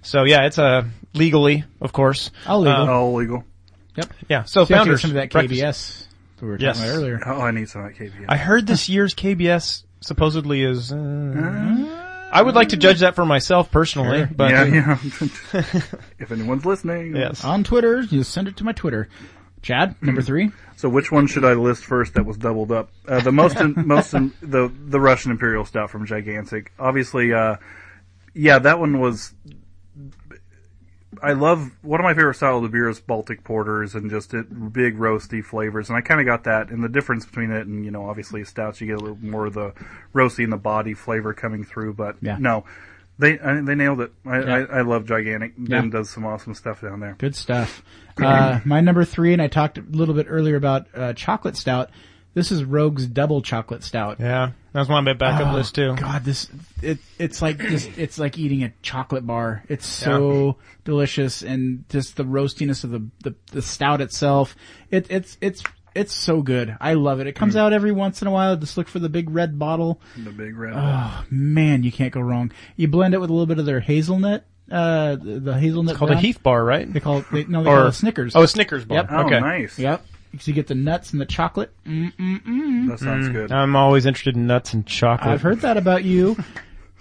S7: so yeah, it's uh, legally, of course. Um,
S5: I'll leave. it.
S6: All Oh, legal.
S7: Yeah,
S5: You
S7: so
S5: have to get
S7: founders
S5: some of that
S7: breakfast.
S5: KBS that we were talking
S7: Yes.
S5: about earlier.
S6: Oh, I need some of that KBS.
S7: I heard this year's KBS supposedly is. Uh,
S5: Uh,
S7: I would like to judge that for myself personally, but
S6: yeah, yeah. if anyone's listening.
S7: yes,
S5: On Twitter, you send it to my Twitter. Chad, number three.
S6: So which one should I list first? That was doubled up. Uh, the most, most the the Russian Imperial Stout from Gigantic. Obviously, uh, yeah, that one was. I love one of my favorite styles of beer is Baltic porters and just it, big roasty flavors, and I kind of got that. And the difference between it and you know obviously stouts, you get a little more of the roasty and the body flavor coming through. But
S5: Yeah.
S6: no, they I, they nailed it. I,
S5: Yeah.
S6: I, I love Gigantic.
S5: Yeah.
S6: Ben does some awesome stuff down there.
S5: Good stuff. Uh, my number three, and I talked a little bit earlier about uh, chocolate stout. This is Rogue's double chocolate stout.
S7: yeah, that was my backup list too.
S5: Oh, God, this it it's like just it's like eating a chocolate bar. It's so delicious, and just the roastiness of the the, the stout itself. It it's it's. It's so good. I love it. It comes out every once in a while. Just look for the big red bottle.
S6: The big red.
S5: Ah, Man, you can't go wrong. You blend it with a little bit of their hazelnut, uh, the, the hazelnut.
S7: Called a
S5: brown.
S7: Heath bar, right?
S5: They call it, they, no, they
S7: Or-
S5: call it Snickers.
S7: Oh, a Snickers bar.
S5: Yep.
S6: oh,
S7: okay.
S6: nice.
S5: Yep. So you get the nuts and the chocolate.
S6: That sounds good.
S7: I'm always interested in nuts and chocolate.
S5: I've heard that about you.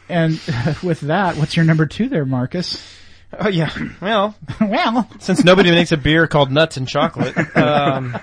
S5: And with that, what's your number two there, Marcus?
S7: Oh yeah. Well,
S5: well,
S7: since nobody makes a beer called nuts and chocolate. Um,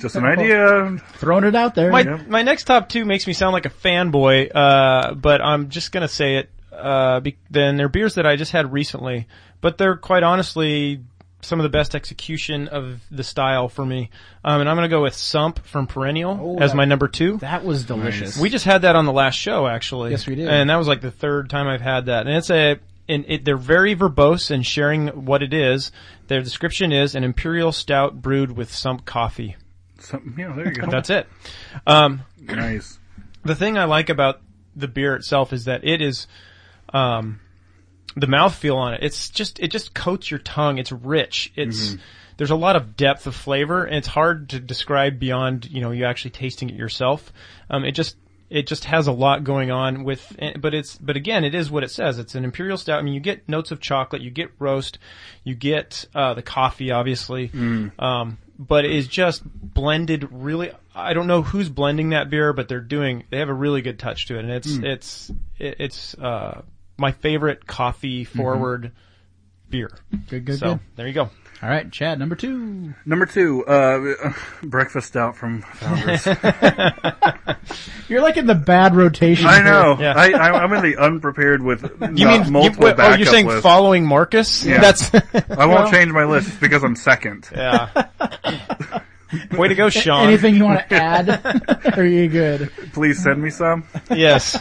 S6: Just an idea.
S5: throwing it out there.
S7: my my next top two makes me sound like a fanboy, uh, but I'm just gonna say it. Uh, be, then they're beers that I just had recently, but they're quite honestly some of the best execution of the style for me. Um, and I'm gonna go with Sump from Perennial
S5: Oh,
S7: as
S5: that-
S7: my number two.
S5: that was delicious.
S7: We just had that on the last show, actually.
S5: Yes, we did.
S7: And that was like the third time I've had that. And it's a, and it, they're very verbose in sharing what it is. Their description is an imperial stout brewed with some coffee.
S6: Something, yeah, there you go.
S7: That's it. Um,
S6: nice.
S7: the thing I like about the beer itself is that it is, um, the mouthfeel on it. It's just it just coats your tongue. It's rich. It's there's a lot of depth of flavor, and it's hard to describe beyond you know you actually tasting it yourself. Um, it just it just has a lot going on with, eh, but it's but again it is what it says. It's an imperial stout. I mean you get notes of chocolate, you get roast, you get uh, the coffee obviously, um, but it is just blended really. I don't know who's blending that beer, but they're doing they have a really good touch to it, and it's it's it, it's uh, my favorite coffee forward beer.
S5: good, good,
S7: so
S5: good.
S7: there you go.
S5: All right, Chad, number two.
S6: Number two, uh, breakfast out from Founders.
S5: You're like in the bad rotation.
S6: I know.
S7: Yeah.
S6: I, I, I'm in the unprepared with
S7: You
S6: not
S7: mean
S6: Uh, multiple
S7: you, oh
S6: backup
S7: you're saying
S6: lists.
S7: following Marcus?
S6: Yeah.
S7: That's
S6: I won't change my list just because I'm second.
S7: yeah. Way to go, Sean.
S5: Anything you want to add? Are you good?
S6: Please send me some.
S7: Yes.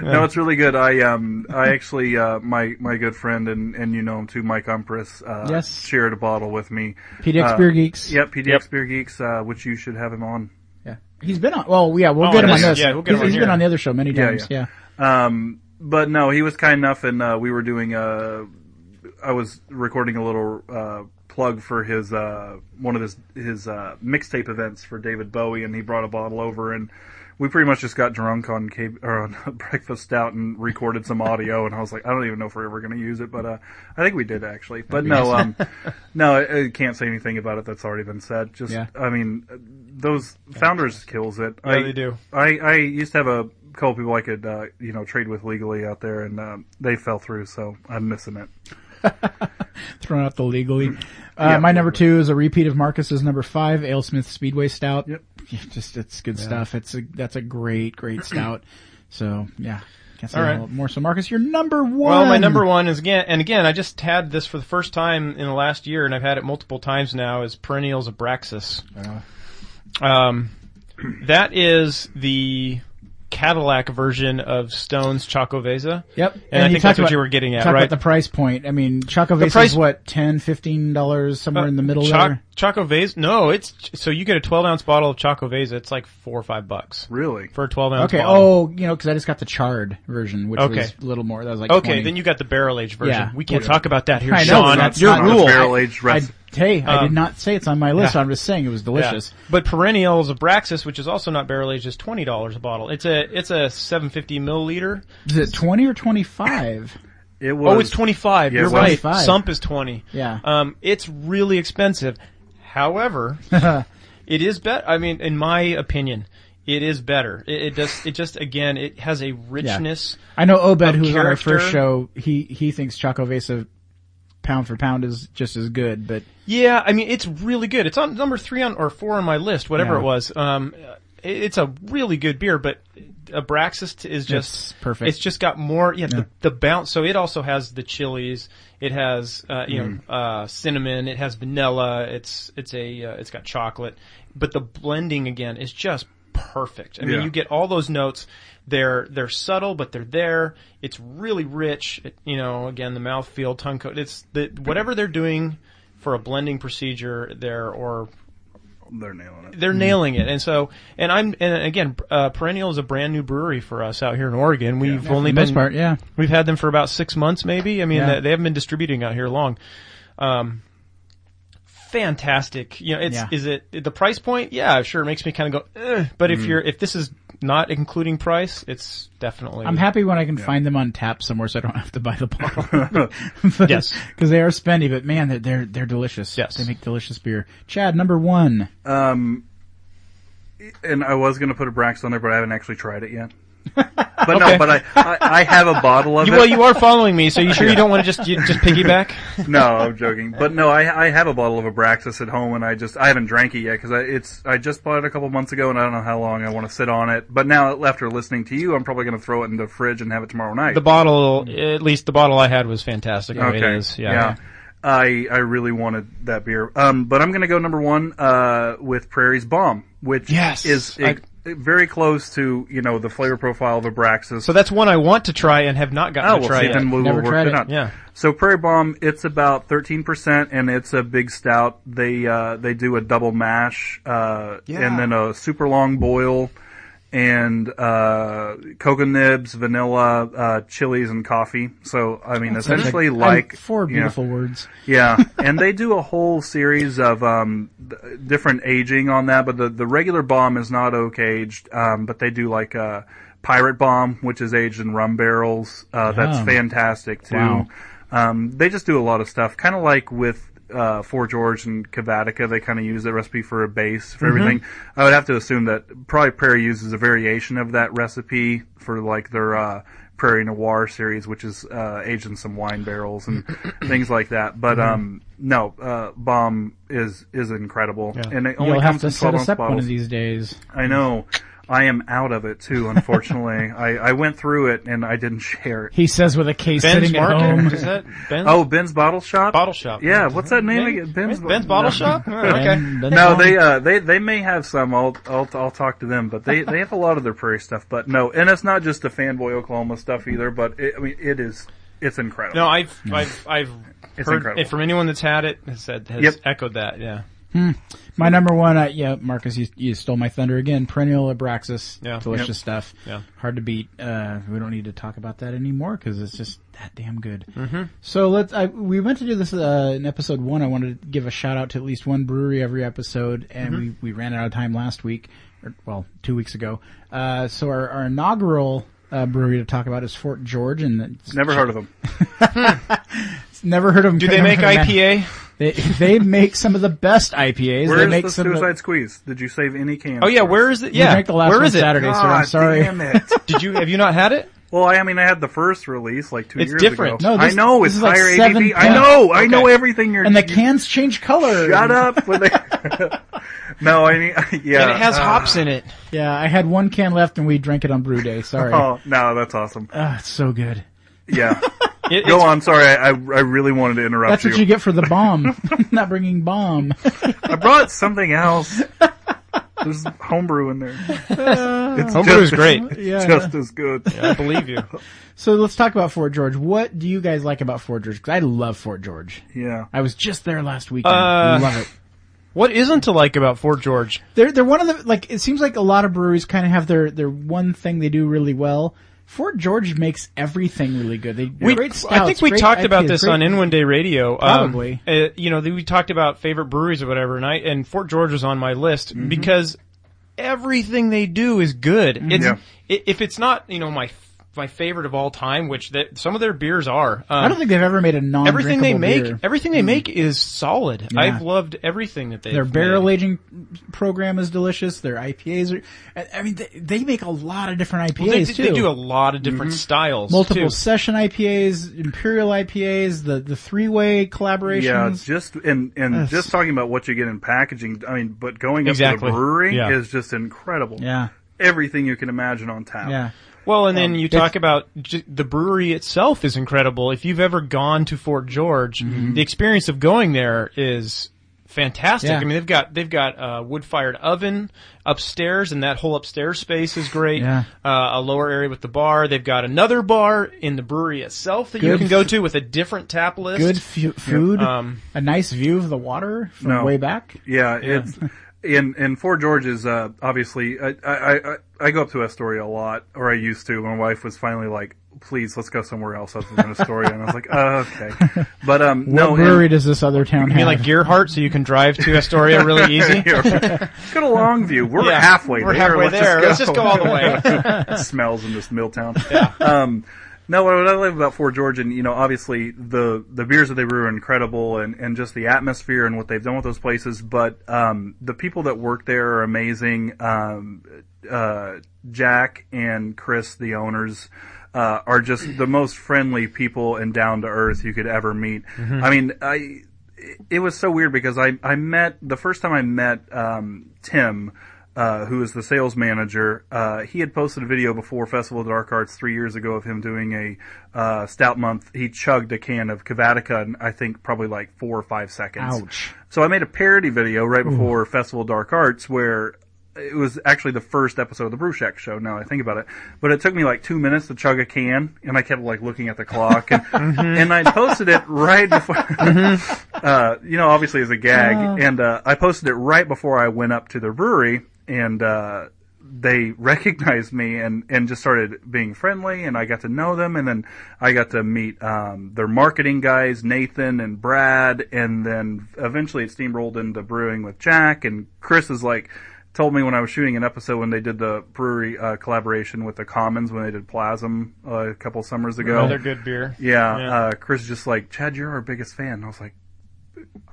S6: No, it's really good. I um I actually uh my my good friend and and you know him too, Mike Umpris, uh
S5: Yes.
S6: shared a bottle with me.
S5: PDX
S6: Uh,
S5: Beer Geeks.
S6: Yep, PDX Beer Geeks, uh which you should have him on.
S5: Yeah. He's been on. Well, yeah, we'll
S7: Oh,
S5: get him on
S7: yeah,
S5: this.
S7: yeah, we'll get him
S5: He's-
S7: on
S5: he's
S7: here.
S5: been on the other show many
S6: Yeah,
S5: times. Yeah.
S6: Um, but no, he was kind enough, and uh, we were doing uh, I was recording a little uh, plug for his uh, one of his his uh, mixtape events for David Bowie, and he brought a bottle over, and we pretty much just got drunk on cab- or on breakfast out and recorded some audio, and I was like, I don't even know if we're ever going to use it, but uh, I think we did actually. But no, um, no, I, I can't say anything about it. That's already been said. Just,
S5: Yeah.
S6: I mean, those founders kills it. I,
S7: they do.
S6: I, I used to have a couple people I could, uh, you know, trade with legally out there, and um, they fell through, so I'm missing it.
S5: thrown out the legally.
S7: Mm.
S5: Uh, my number two is a repeat of Marcus's number five, AleSmith Speedway Stout.
S6: Yep.
S5: Just it's good stuff. It's a that's a great great stout. So yeah, can't say
S7: All
S5: a
S7: right.
S5: lot more. So Marcus, your number one.
S7: Well, my number one is again, and again, I just had this for the first time in the last year, and I've had it multiple times now. Is perennials Abraxas.
S5: Uh-huh.
S7: Um, that is the Cadillac version of Stone's Choco Vesa.
S5: Yep.
S7: and, I
S5: you talked
S7: think that's what
S5: about-
S7: you were getting at,
S5: talk
S7: right?
S5: about the price point. I mean, Choco Vesa
S7: price-
S5: is what, 10 dollars, somewhere
S7: Uh,
S5: in the middle
S7: Choc-
S5: there.
S7: Choco Vesa. No, it's so you get a 12 ounce bottle of Choco Vesa. It's like four or five bucks
S6: Really?
S7: for a 12 ounce.
S5: Okay.
S7: Bottle.
S5: Oh, you know, because I just got the charred version, which
S7: Okay.
S5: was a little more. That was like
S7: Okay,
S5: 20.
S7: then you got the barrel aged version.
S5: Yeah.
S7: We can't talk about that here,
S5: I know,
S7: Sean.
S5: that's
S7: Your
S5: not-
S6: Not a
S7: rule.
S6: barrel-aged
S5: I,
S6: recipe.
S5: hey, I did
S7: Um,
S5: not say it's on my list.
S7: yeah.
S5: I'm just saying it was
S7: Yeah.
S5: delicious.
S7: But perennials Abraxas, which is also not barrel aged, is twenty dollars a bottle. It's a it's a seven fifty milliliter.
S5: Is it 20 or 25?
S6: It was.
S7: Oh, it's twenty five.
S6: Yeah,
S7: You're
S6: it was.
S7: right.
S5: 25.
S7: Sump is twenty.
S5: Yeah.
S7: Um, it's really expensive. However, it is better. I mean, in my opinion, it is better. It, it does. It just again, it has a richness.
S5: I know Obed,
S7: Of
S5: who was on our
S7: character.
S5: first show, he, he thinks Choco Vesa pound for pound is just as good, but
S7: Yeah, I mean, it's really good. It's on number three on or four on my list, whatever
S5: Yeah.
S7: it was. Um, it, it's a really good beer, but Abraxas t- is just
S5: It's perfect.
S7: It's just got more, yeah, The, the bounce. So it also has the chilies. It has, uh, you
S5: Mm.
S7: know, uh, cinnamon. It has vanilla. It's it's a uh, it's got chocolate, but the blending again is just perfect. I mean,
S6: Yeah.
S7: you get all those notes. They're they're subtle, but they're there. It's really rich. It- you know, again, the mouthfeel, tongue coat. It's the whatever they're doing for a blending procedure there or
S6: They're nailing it.
S7: they're
S5: Mm.
S7: nailing it and so and i'm and again uh, perennial is a brand new brewery for us out here in oregon we've only
S5: for the most
S7: been
S5: part, yeah.
S7: we've had them for about six months maybe i mean
S5: Yeah.
S7: they, they haven't been distributing out here long um fantastic you know it's
S5: Yeah.
S7: is it the price point yeah sure it makes me kind of go "Ugh," but if you're if this is not including price it's definitely
S5: I'm happy when I can find them on tap somewhere so I don't have to buy the bottle. But-
S7: Yes.
S5: Because they are spendy, but man, they're, they're, they're delicious.
S7: Yes.
S5: They make delicious beer. Chad, number one.
S6: Um, and I was going to put a Brax on there, but I haven't actually tried it yet. But no, but I, I, I have a bottle of
S7: You-
S6: it.
S7: well you are following me so you sure you don't want to just you just piggyback
S6: no, I'm joking. But no, I I have a bottle of Abraxas at home, and I just I haven't drank it yet because I it's I just bought it a couple months ago, and I don't know how long I want to sit on it. But now after listening to you, I'm probably going to throw it in the fridge and have it tomorrow night.
S7: the bottle at least the bottle i had was fantastic the way it is
S6: yeah. I I really wanted that beer. Um, but I'm going to go number one uh, with Prairie's Bomb, which
S7: Yes,
S6: is
S7: I-
S6: e- very close to you know the flavor profile of Abraxas.
S7: So that's one I want to try and have not gotten
S6: Oh,
S7: to
S6: well,
S7: try
S6: see,
S7: yet.
S6: then we will
S5: Never
S6: work
S5: tried
S6: it
S5: it.
S6: out.
S7: Yeah.
S6: So Prairie Bomb, it's about 13%, and it's a big stout. They uh, they do a double mash, uh, and then a super long boil, and uh, cocoa nibs, vanilla, uh, chilies, and coffee. So I mean, essentially
S5: I'm-
S6: like
S5: four
S6: you know,
S5: beautiful words.
S6: yeah, and they do a whole series of um, th- different aging on that, but the, the regular bomb is not oak aged, um, but they do like a pirate bomb, which is aged in rum barrels. Uh, That's
S5: Yum.
S6: fantastic too.
S5: Wow.
S6: Um, they just do a lot of stuff, kind of like with uh, Four George and Cavatica. They kind of use that recipe for a base for
S5: Mm-hmm.
S6: everything. I would have to assume that probably Prairie uses a variation of that recipe for like their uh, Prairie Noir series, which is uh, aged in some wine barrels and things like that. But
S5: Mm-hmm.
S6: um, no, uh, Bomb is is incredible, and it only
S5: You'll have
S6: comes
S5: to
S6: in
S5: set
S6: twelve ounce
S5: us up one of
S6: bottles.
S5: these days.
S6: I know. I am out of it too, unfortunately. I, I went through it and I didn't share it.
S5: He says with a case
S7: Ben's
S5: sitting at
S7: Market?
S5: home.
S7: Is that Ben's
S6: Oh, Ben's Bottle Shop.
S7: Bottle Shop?
S6: Yeah, what's that name again?
S7: Ben's,
S6: Bo-
S7: Ben's Bottle
S6: no.
S7: Shop? Oh, okay.
S5: Ben- Ben
S6: No,
S5: Long.
S6: they uh, they they may have some. I'll I'll I'll talk to them, but they they have a lot of their prairie stuff. But no, and it's not just the fanboy Oklahoma stuff either. But it, I mean, it is it's incredible.
S7: No, I've, I've, I've
S6: It's
S7: heard
S6: incredible.
S7: it from anyone that's had it has said, has
S6: Yep.
S7: echoed that, yeah.
S5: My number one, uh, yeah, Marcus, you, you stole my thunder again. Perennial Abraxas,
S7: Yeah.
S5: delicious
S6: Yep.
S5: stuff.
S7: Yeah.
S5: hard to beat. Uh, we don't need to talk about that anymore because it's just that damn good. Mm-hmm. So let's. I, we meant to do this uh, in episode one. I wanted to give a shout out to at least one brewery every episode, and
S7: Mm-hmm.
S5: we, we ran out of time last week, or well, two weeks ago. Uh, so our, our inaugural. Uh, brewery to talk about is Fort George, and it's
S6: Never heard of them.
S5: never heard of them.
S7: Do they make IPA?
S5: They, they make some of the best IPAs. they
S6: Where's
S5: make
S6: the
S5: some of
S6: Suicide Squeeze? Did you save any cans?
S7: Oh yeah,
S6: for us?
S7: where is it?
S5: We
S7: Yeah,
S5: drank the last
S7: where
S5: one
S7: is it?
S5: Saturday, so
S6: God
S5: I'm sorry.
S6: damn it.
S7: Did you have you not had it?
S6: Well, I I mean, I had the first release like two
S7: It's
S6: years
S7: different.
S6: ago.
S5: No, this-
S6: I know
S5: this
S6: it's
S5: is like
S6: higher
S5: seven
S6: ABV. I
S5: points.
S6: know, I know
S7: Okay.
S6: everything. You're
S5: and the
S6: you-
S5: cans change color.
S6: Shut up with it. no, I mean, yeah,
S7: And it has
S6: uh,
S7: hops in it.
S5: Yeah, I had one can left and we drank it on brew day. Sorry.
S6: Oh no, that's awesome.
S5: Ah, it's so good.
S6: Yeah,
S7: It-
S6: go
S7: it's-
S6: on. Sorry, I I really wanted to interrupt
S5: That's what you get for the bomb. Not bringing bomb.
S6: I brought something else. There's homebrew in there. It's
S7: Homebrew is
S6: just-
S7: great.
S5: Uh, Yeah.
S6: Just as good.
S7: I believe you.
S5: So let's talk about Fort George. What do you guys like about Fort George? 'Cause I love Fort George.
S6: Yeah.
S5: I was just there last weekend.
S7: Uh,
S5: love it.
S7: What isn't to like about Fort George?
S5: They're they're one of the like. It seems like a lot of breweries kind of have their their one thing they do really well. Fort George makes everything really good. They
S7: We,
S5: great stouts,
S7: I think we
S5: great
S7: talked about
S5: IPAs,
S7: this
S5: great-
S7: on In One Day Radio. Um,
S5: Probably.
S7: uh, you know, we talked about favorite breweries or whatever, and I and Fort George was on my list
S6: Mm-hmm.
S7: because everything they do is good. It's
S6: Mm-hmm. Yeah.
S7: i- if it's not you know my my favorite of all time, which that some of their beers are. Um,
S5: I don't think they've ever made a non.
S7: everything they make,
S5: Beer. Mm-hmm.
S7: everything they make is solid.
S5: Yeah.
S7: I've loved everything that they.
S5: Their barrel aging program is delicious. Their IPAs are. I- I mean, they, they make a lot of different IPAs
S7: Well, they,
S5: too.
S7: they do a lot of different styles.
S5: Multiple
S7: too.
S5: session IPAs, imperial IPAs, the the three way
S6: Yeah,
S5: collaborations.
S6: just and and
S5: That's-
S6: just talking about what you get in packaging. I mean, but going up
S7: Exactly.
S6: to the brewery
S7: Yeah.
S6: is just incredible.
S5: yeah,
S6: everything you can imagine on tap.
S5: yeah.
S7: Well, and then you
S5: it's-
S7: talk about j- the brewery itself is incredible. If you've ever gone to Fort George, the experience of going there is fantastic.
S5: Yeah.
S7: I mean, they've got they've got a wood-fired oven upstairs, and that whole upstairs space is great.
S5: Yeah.
S7: Uh, a lower area with the bar. They've got another bar in the brewery itself that you
S5: Good
S7: can go
S5: f-
S7: to with a different tap list.
S5: Good fu- food,
S7: Um,
S5: a nice view of the water from
S6: No.
S5: way back.
S6: Yeah, it's and and Fort George is uh, obviously. I, I I I go up to Astoria a lot, or I used to. My wife was finally like, "Please, let's go somewhere else other than Astoria," and I was like, oh, "Okay." But um,
S5: What
S6: no,
S5: brewery does this other town
S7: I mean,
S5: have?
S7: like Gearhart, so you can drive to Astoria really easy.
S6: and, let's go to Longview. We're
S7: Yeah.
S6: halfway.
S7: We're
S6: there.
S7: halfway
S6: let's
S7: there.
S6: Just go.
S7: Let's just go all the way.
S6: It smells in this mill town. Um, no, what I love about Fort George, and you know, obviously the the beers that they brew are incredible, and and just the atmosphere and what they've done with those places. But um, the people that work there are amazing. Um, uh, Jack and Chris, the owners. Uh, are just the most friendly people and down to earth you could ever meet.
S7: Mm-hmm.
S6: I mean, I it was so weird because I, I met the first time I met um, Tim, uh, who is the sales manager. Uh, he had posted a video before Festival of Dark Arts three years ago of him doing a uh, stout month. He chugged a can of Cavatica in I think probably like four or five seconds.
S5: Ouch.
S6: So I made a parody video right before Festival of Dark Arts where it was actually the first episode of the Brew Shack show. Now that I think about it, but it took me like two minutes to chug a can, and I kept like looking at the clock, and, and I posted it right before. uh, you know, obviously as a gag, and uh, I posted it right before I went up to their brewery, and uh, they recognized me and and just started being friendly, and I got to know them, and then I got to meet um, their marketing guys, Nathan and Brad, and then eventually it steamrolled into brewing with Jack, and Chris is like. Told me when I was shooting an episode when they did the brewery uh, collaboration with the Commons when they did Plasm uh, a couple summers ago.
S7: Another Oh, good beer.
S6: Yeah, Uh, Chris is just like, Chad, you're our biggest fan. And I was like,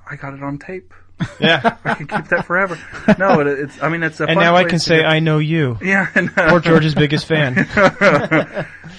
S6: I got it on tape.
S7: Yeah.
S6: I can keep that forever. no, it, it's, I mean, it's a
S7: And
S6: fun
S7: now I
S6: place
S7: can
S6: to
S7: say
S6: get-
S7: I know you.
S6: yeah, and, uh,
S7: Fort George's biggest fan.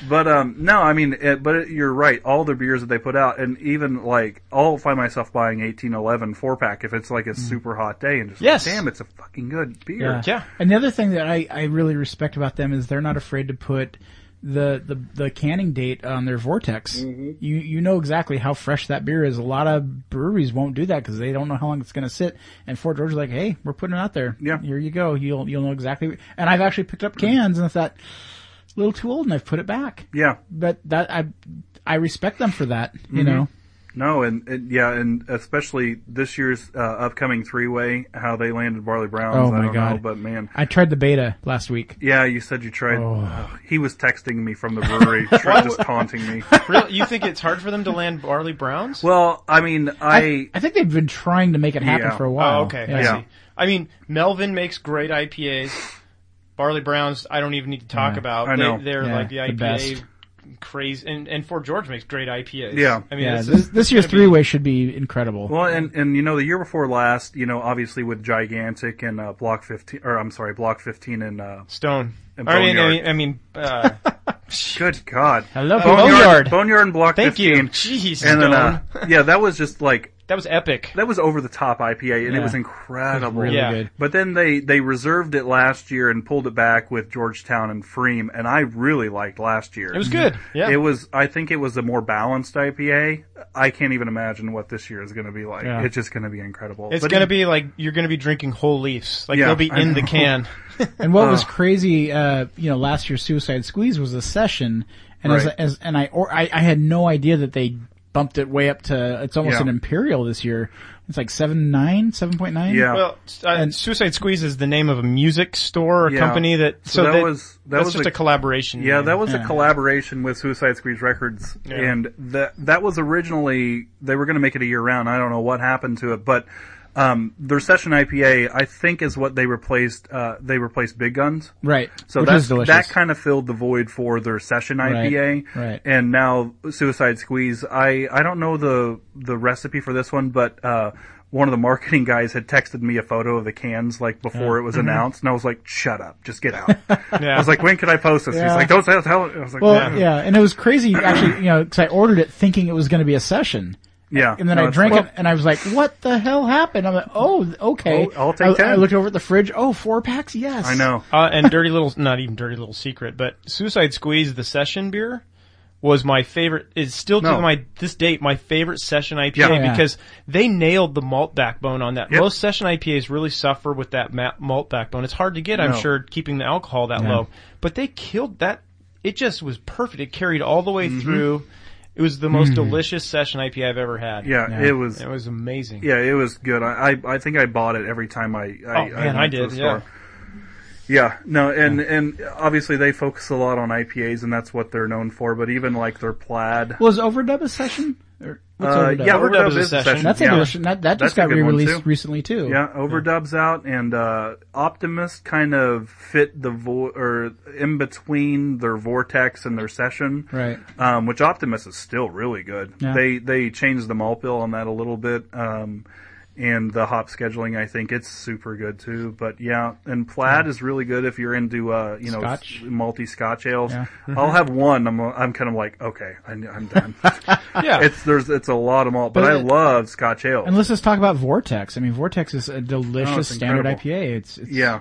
S6: but um, no, I mean, it, but it, you're right. All the beers that they put out, and even like, I'll find myself buying 1811 four pack if it's like
S5: Mm.
S6: a super hot day, and just
S7: Yes.
S6: like, damn, it's a fucking good beer.
S5: Uh,
S7: Yeah.
S5: Another thing that I, I really respect about them is they're not afraid to put the the, the canning date on their vortex. You you know exactly how fresh that beer is. A lot of breweries won't do that because they don't know how long it's going to sit. And Fort George is like, hey, we're putting it out there.
S6: Yeah.
S5: here you go. You'll you'll know exactly. what-" And I've actually picked up cans and I thought it's a little too old, and I've put it back.
S6: Yeah.
S5: But that I I respect them for that. You know,
S6: No, and, and yeah, and especially this year's uh, upcoming three way, how they landed Barley Browns.
S5: Oh, my
S6: I don't know,
S5: God.
S6: but man,
S5: I tried the beta last week.
S6: yeah, you said you tried.
S5: Oh.
S6: He was texting me from the brewery, try, just taunting me.
S7: Really? You think it's hard for them to land Barley Browns?
S6: Well, I mean, I,
S5: I think they've been trying to make it happen
S6: Yeah.
S5: for a while.
S7: Oh, okay.
S5: Yeah.
S7: I
S6: Yeah.
S7: see. I mean, Melvin makes great IPAs. Barley Browns, I don't even need to talk
S5: Yeah.
S7: about.
S6: I know.
S7: They, they're
S5: Yeah,
S7: like the
S5: the
S7: IPA
S5: best.
S7: crazy, and and Fort George makes great IPAs.
S6: Yeah.
S7: I mean,
S5: Yeah,
S7: this,
S5: this,
S7: is,
S5: this year's
S7: gonna be-
S5: three way should be incredible.
S6: well, and and you know, the year before last, you know, obviously with Gigantic and uh, Block fifteen, or I'm sorry, Block fifteen and uh,
S7: Stone.
S6: And
S7: I mean, I
S6: Boneyard.
S7: mean, I mean uh,
S6: good God,
S5: Hello,
S6: Boneyard,
S5: Boneyard.
S6: Boneyard and Block
S7: thank you.
S6: fifteen.
S7: Jeez,
S6: And
S7: Stone.
S6: then, uh, yeah, that was just like
S7: that was epic.
S6: that was over the top IPA, and it
S5: Yeah.
S6: was incredible.
S5: really
S7: yeah.
S5: good.
S6: But then they they reserved it last year and pulled it back with Georgetown and Freem, and I really liked last year.
S7: It was good. Yeah.
S6: It was. I think it was a more balanced IPA. I can't even imagine what this year is going to be like.
S5: Yeah.
S6: It's just going to be incredible.
S7: it's
S6: But
S7: going to
S6: it-
S7: be like you're going to be drinking whole leaves. Like
S6: Yeah,
S7: they'll be
S6: I
S7: in the
S6: know.
S7: can.
S5: And what was
S6: Ugh.
S5: crazy, uh, you know, last year's Suicide Squeeze was a session, and as,
S6: Right.
S5: as and I or I, I had no idea that they bumped it way up to it's almost
S6: Yeah.
S5: an imperial this year. It's like seven nine, seven point nine.
S6: Yeah.
S7: Well, uh,
S5: And-
S7: Suicide Squeeze is the name of a music store or
S6: Yeah.
S7: company that.
S6: So
S7: So,
S6: that
S7: that-
S6: was- that
S7: that's
S6: was
S7: just
S6: a-
S7: a, collaboration.
S6: Yeah,
S7: name.
S6: that was a
S5: Yeah.
S6: collaboration with Suicide Squeeze Records,
S7: Yeah.
S6: and that that was originally they were going to make it a year round. I don't know what happened to it, but um, their session IPA, I think, is what they replaced. Uh, they replaced Big Guns.
S5: right.
S6: So
S5: Which
S6: that's,
S5: is delicious.
S6: that kind of filled the void for their session
S5: Right,
S6: IPA.
S5: right.
S6: And now Suicide Squeeze. I, I don't know the, the recipe for this one, but, uh, one of the marketing guys had texted me a photo of the cans like before it was
S5: Mm-hmm.
S6: announced and I was like, shut up, just get out. I was like, when can I post this? He's
S5: Yeah.
S6: like, don't tell, tell, I was like,
S5: well,
S6: "No."
S5: yeah. and it was crazy actually, you know, because I ordered it thinking it was going to be a session,
S6: yeah.
S5: and then I drank it, and I was like, "What the hell happened?" I'm like, "Oh, okay."
S6: Oh, I'll take
S5: I, I
S6: 10.
S5: looked over at the fridge. Oh, four packs. Yes,
S6: I know.
S7: Uh, and Dirty Little, not even Dirty Little Secret, but Suicide Squeeze, the session beer, was my favorite. Is still
S6: No.
S7: to my this date my favorite session IPA
S6: Yeah.
S5: Yeah.
S7: because they nailed the malt backbone on that.
S6: Yep.
S7: Most session IPAs really suffer with that ma- malt backbone. It's hard to get, I'm
S6: No.
S7: sure, keeping the alcohol that low. But they killed that. It just was perfect. It carried all the
S6: Mm-hmm.
S7: way through. It was the most delicious session IPA I've ever had.
S6: Yeah, It was,
S7: It was amazing.
S6: yeah, it was good. I, I, I think I bought it every time I, I,
S7: Oh, man,
S6: went
S7: I
S6: to
S7: did,
S6: the
S7: yeah.
S6: store. Yeah, no, and, and obviously they focus a lot on IPAs and that's what they're known for, but even like their plaid.
S5: Was overdub a session? Or what's
S6: Uh,
S5: overdub?
S6: yeah,
S7: Overdub
S6: overdub
S7: is a
S6: is a
S7: session.
S6: session.
S5: That's
S6: yeah.
S5: a delicious. That, that
S6: That's
S5: just
S6: a
S5: got
S6: good one,
S5: re-released
S6: too.
S5: recently too.
S6: Yeah, overdubs out, and uh, Optimist kind of fit the vo- or in between their vortex and their session,
S5: Right.
S6: Um, which Optimist is still really good.
S5: Yeah.
S6: They they changed the malt bill on that a little bit, um, and the hop scheduling. I think it's super good too. But yeah, and Plaid is really good if you're into uh, you know
S5: Scotch.
S6: s- malty Scotch ales.
S5: Yeah.
S6: I'll have one. I'm I'm kind of like okay, I, am done.
S7: Yeah.
S6: it's there's it's a lot of malt, but,
S5: But
S6: I
S5: it-
S6: love Scotch ales.
S5: And let's just talk about Vortex. I mean, Vortex is a
S6: Oh, it's
S5: delicious standard
S6: incredible.
S5: IPA. It's, it's
S6: yeah.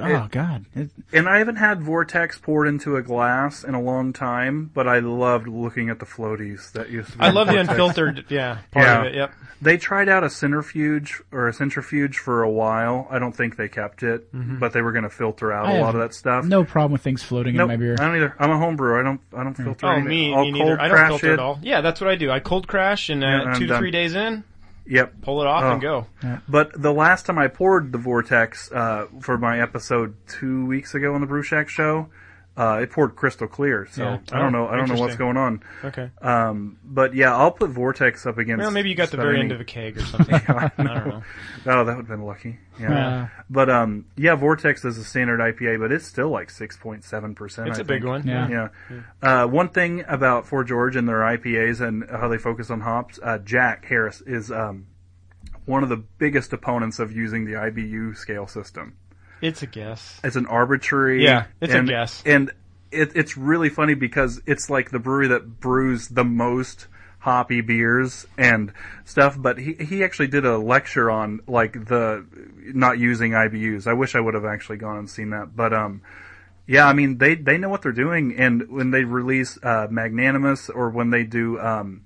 S5: Oh God, It-
S6: And I haven't had Vortex poured into a glass in a long time, but I loved looking at the floaties that used to be.
S7: I
S6: in
S7: love the
S6: Vortex.
S7: unfiltered, yeah, part of
S6: Yeah.
S7: it. Yep.
S6: They tried out a centrifuge or a centrifuge for a while. I don't think they kept it,
S7: Mm-hmm.
S6: but they were going to filter out
S5: I
S6: a
S5: have
S6: lot of that stuff.
S5: no problem with things floating
S6: Nope,
S5: in my beer.
S6: I don't either. I'm a home brewer. I don't. I don't filter
S7: Oh,
S6: anything.
S7: me,
S6: I'll
S7: me
S6: cold
S7: neither. I don't
S6: crash
S7: filter
S6: it.
S7: at all. Yeah, that's what I do. I cold crash and uh,
S6: Yeah, I'm
S7: two to
S6: done.
S7: three days in,
S6: Yep.
S7: pull it off
S6: Oh.
S7: and go.
S6: But the last time I poured the Vortex uh, for my episode two weeks ago on the Brew Shack show, uh, it poured crystal clear. So
S5: Yeah.
S6: I don't
S7: Oh,
S6: know. I don't know what's
S7: interesting.
S6: going on.
S7: Okay.
S6: Um, but yeah, I'll put Vortex up against.
S7: Well, maybe you got the
S6: Stoney.
S7: very end of a keg or something. I don't know.
S6: Oh, that would have been lucky. Yeah.
S5: Yeah.
S6: But um, yeah, Vortex is a standard IPA, but it's still like six point seven percent.
S7: It's a big one.
S5: Yeah.
S6: Yeah. Uh, one thing about Fort George and their IPAs and how they focus on hops, uh, Jack Harris is um, one of the biggest opponents of using the IBU scale system.
S7: It's a guess.
S6: It's an arbitrary.
S7: Yeah, it's a
S6: and-
S7: guess.
S6: And it, it's really funny because it's like the brewery that brews the most hoppy beers and stuff. But he he actually did a lecture on like the not using IBUs. I wish I would have actually gone and seen that. But um, yeah, I mean they they know what they're doing. And when they release uh, Magnanimous or when they do um.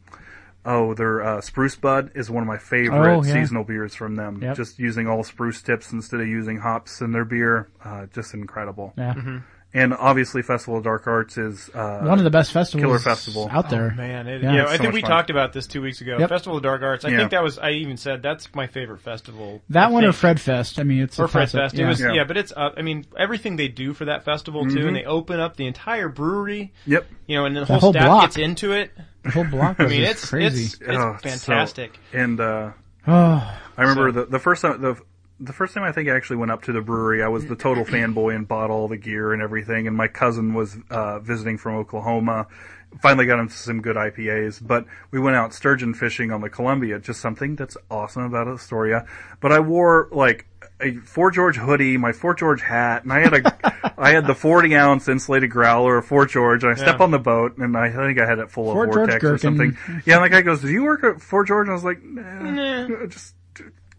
S6: Oh, their uh, spruce bud is one of my favorite
S5: Oh, yeah.
S6: seasonal beers from them.
S5: Yep.
S6: Just using all spruce tips instead of using hops in their beer, uh, just incredible.
S7: Mm-hmm.
S5: Yeah.
S6: And obviously, Festival of Dark Arts is uh,
S5: One of the best festivals
S6: Killer festival.
S5: out there.
S7: Oh, Man, it,
S5: Yeah.
S7: yeah,
S5: It's
S7: I
S6: so
S7: think
S6: much
S7: we
S6: fun.
S7: talked about this two weeks ago.
S5: Yep.
S7: Festival of Dark Arts. I
S6: Yeah.
S7: think that was. I even said that's my favorite festival.
S5: that
S7: I
S5: one or
S7: think.
S5: Fred Fest. I mean, it's a
S7: or Fred
S5: toss-up.
S7: Fest.
S5: Yeah.
S7: It was
S6: Yeah. Mm-hmm.
S7: yeah. but it's. Uh, I mean, everything they do for that festival too, and they open up the entire brewery.
S6: Yep.
S7: You know, and the whole,
S5: whole
S7: staff
S5: block.
S7: gets into it.
S5: The whole block
S7: I
S5: was
S7: mean,
S5: just
S7: it's
S5: crazy.
S7: it's it's
S6: Oh, it's so-
S7: fantastic.
S6: and uh,
S5: oh,
S6: I remember the the first time the the first time I think I actually went up to the brewery, I was the total fanboy and bought all the gear and everything. And my cousin was uh, visiting from Oklahoma. Finally got him some good IPAs, but we went out sturgeon fishing on the Columbia. Just something that's awesome about Astoria. But I wore like a Fort George hoodie, my Fort George hat, and I had a I had the forty ounce insulated growler of Fort George. And I step on the boat, and I think I had it full
S5: Fort
S6: of
S5: George
S6: vortex or
S5: gherkin.
S6: something. Yeah, and the guy goes, "Do you work at Fort George?" And I was like, "Nah, just."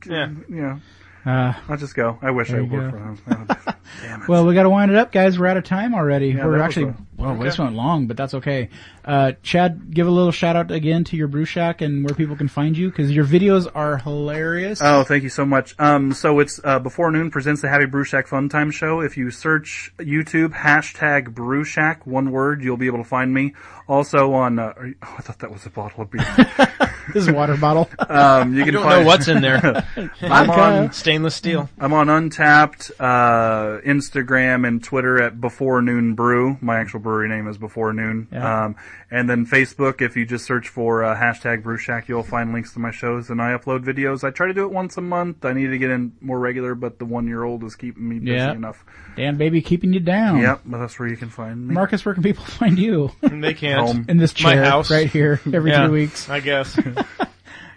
S7: Yeah.
S6: Yeah.
S5: Uh,
S6: I'll just go. I wish I
S5: you
S6: worked
S5: go.
S6: for them. Oh, Damn it.
S5: Well, we got to wind it up, guys. We're out of time already. We're
S6: that was
S5: actually
S6: a-
S5: well, this went long, but that's okay. Uh, Chad, give a little shout out again to your brew shack and where people can find you because your videos are hilarious.
S6: Oh, thank you so much. Um, so it's uh, Before Noon presents the Happy Brew Shack Fun Time Show. If you search YouTube hashtag Brew Shack, one word, you'll be able to find me. Also on, uh, are you- oh, I thought that was a bottle of beer.
S5: This is a water bottle.
S6: Um, you can
S7: Don't
S6: find,
S7: know what's in there.
S6: I'm on
S7: Stainless steel.
S6: I'm on Untapped, uh, Instagram and Twitter at Before Noon Brew. My actual brewery name is Before Noon.
S5: Yeah.
S6: Um, and then Facebook, if you just search for uh, hashtag Brew Shack, you'll find links to my shows and I upload videos. I try to do it once a month. I need to get in more regular, but the one year old is keeping me busy
S5: Yeah.
S6: enough.
S5: Damn, baby, keeping you down.
S6: Yep, but that's where you can find me.
S5: Marcus, where can people find you?
S7: They can't.
S6: Home.
S5: In this
S7: My
S5: chair,
S7: house.
S5: right here, every
S7: Yeah,
S5: two weeks.
S7: I guess.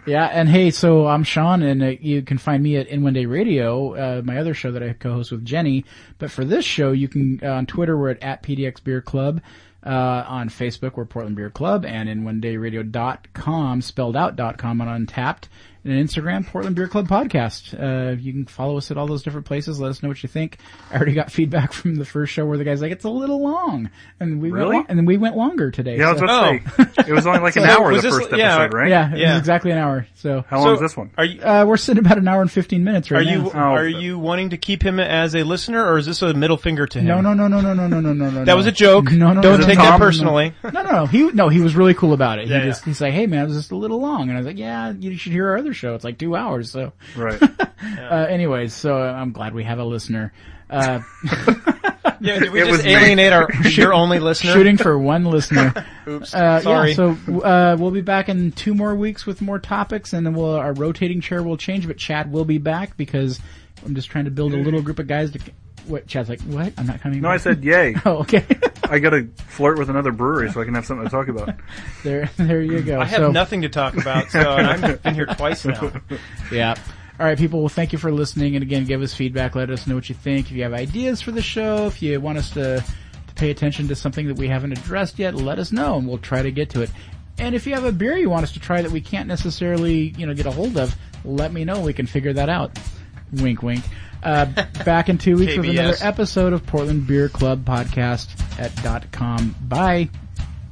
S5: Yeah, and hey, so I'm Sean, and uh, you can find me at In One Day Radio, uh, my other show that I co-host with Jenny. But for this show, you can uh, on Twitter we're at, at PDX Beer Club, uh, on Facebook we're Portland Beer Club, and in One Day Radio dot com spelled out dot com on Untapped, and on Instagram Portland Beer Club podcast. Uh, you can follow us at all those different places. Let us know what you think. I already got feedback from the first show where the guy's like, "It's a little long," and we went
S6: Really?
S5: lo- and then we went longer today.
S6: Yeah, I was
S5: so-
S6: about
S5: Oh.
S6: to say, it was only like an hour the
S7: was this-
S6: first episode,
S7: yeah,
S6: right?
S5: yeah, it
S7: Yeah.
S5: was exactly an hour. So.
S6: How long is this one?
S7: Are you?
S5: Uh, we're sitting about an hour and 15 minutes right
S7: Are
S5: now.
S7: you are you wanting to keep him as a listener, or is this a middle finger to him?
S5: No, no, no, no, no, no, no, no, no, no.
S7: That was a joke.
S5: No, no,
S7: Don't
S5: no,
S7: take
S5: no,
S7: that
S5: no, no.
S7: personally.
S5: No, no, no. He no, he was really cool about it. He
S7: Yeah,
S5: just he's like, "Hey, man, it was just a little long," and I was like, "Yeah, you should hear our other show. It's like two hours." So,
S6: Right.
S5: uh, anyways, so I'm glad we have a listener. Uh,
S7: Yeah, did we
S6: It was
S7: just
S6: me.
S7: alienate our your only listener?
S5: shooting for one listener.
S7: Oops.
S5: Uh,
S7: Sorry.
S5: Yeah, so uh, we'll be back in two more weeks with more topics, and then we'll, our rotating chair will change. But Chad will be back because I'm just trying to build a little group of guys to. What Chad's like? What? I'm not coming.
S6: No, I
S5: back."
S6: said yay.
S5: Oh, okay.
S6: I gotta flirt with another brewery so I can have something to talk about.
S5: there, there you go.
S7: I have
S5: so,
S7: nothing to talk about, so and I've been here twice now.
S5: Yeah. All right, people. Well, thank you for listening, and again, give us feedback. Let us know what you think. If you have ideas for the show, if you want us to to pay attention to something that we haven't addressed yet, let us know, and we'll try to get to it. And if you have a beer you want us to try that we can't necessarily, you know, get a hold of, let me know. We can figure that out. Wink, wink. Uh, back in two weeks with
S7: KBS.
S5: another episode of Portland Beer Club Podcast at dot .com. Bye.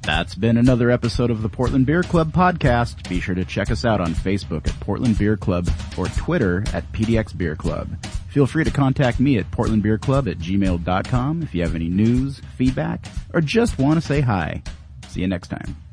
S5: That's been another episode of the Portland Beer Club podcast. Be sure to check us out on Facebook at Portland Beer Club or Twitter at PDX Beer Club. Feel free to contact me at portlandbeerclub at gmail.com if you have any news, feedback, or just want to say hi. See you next time.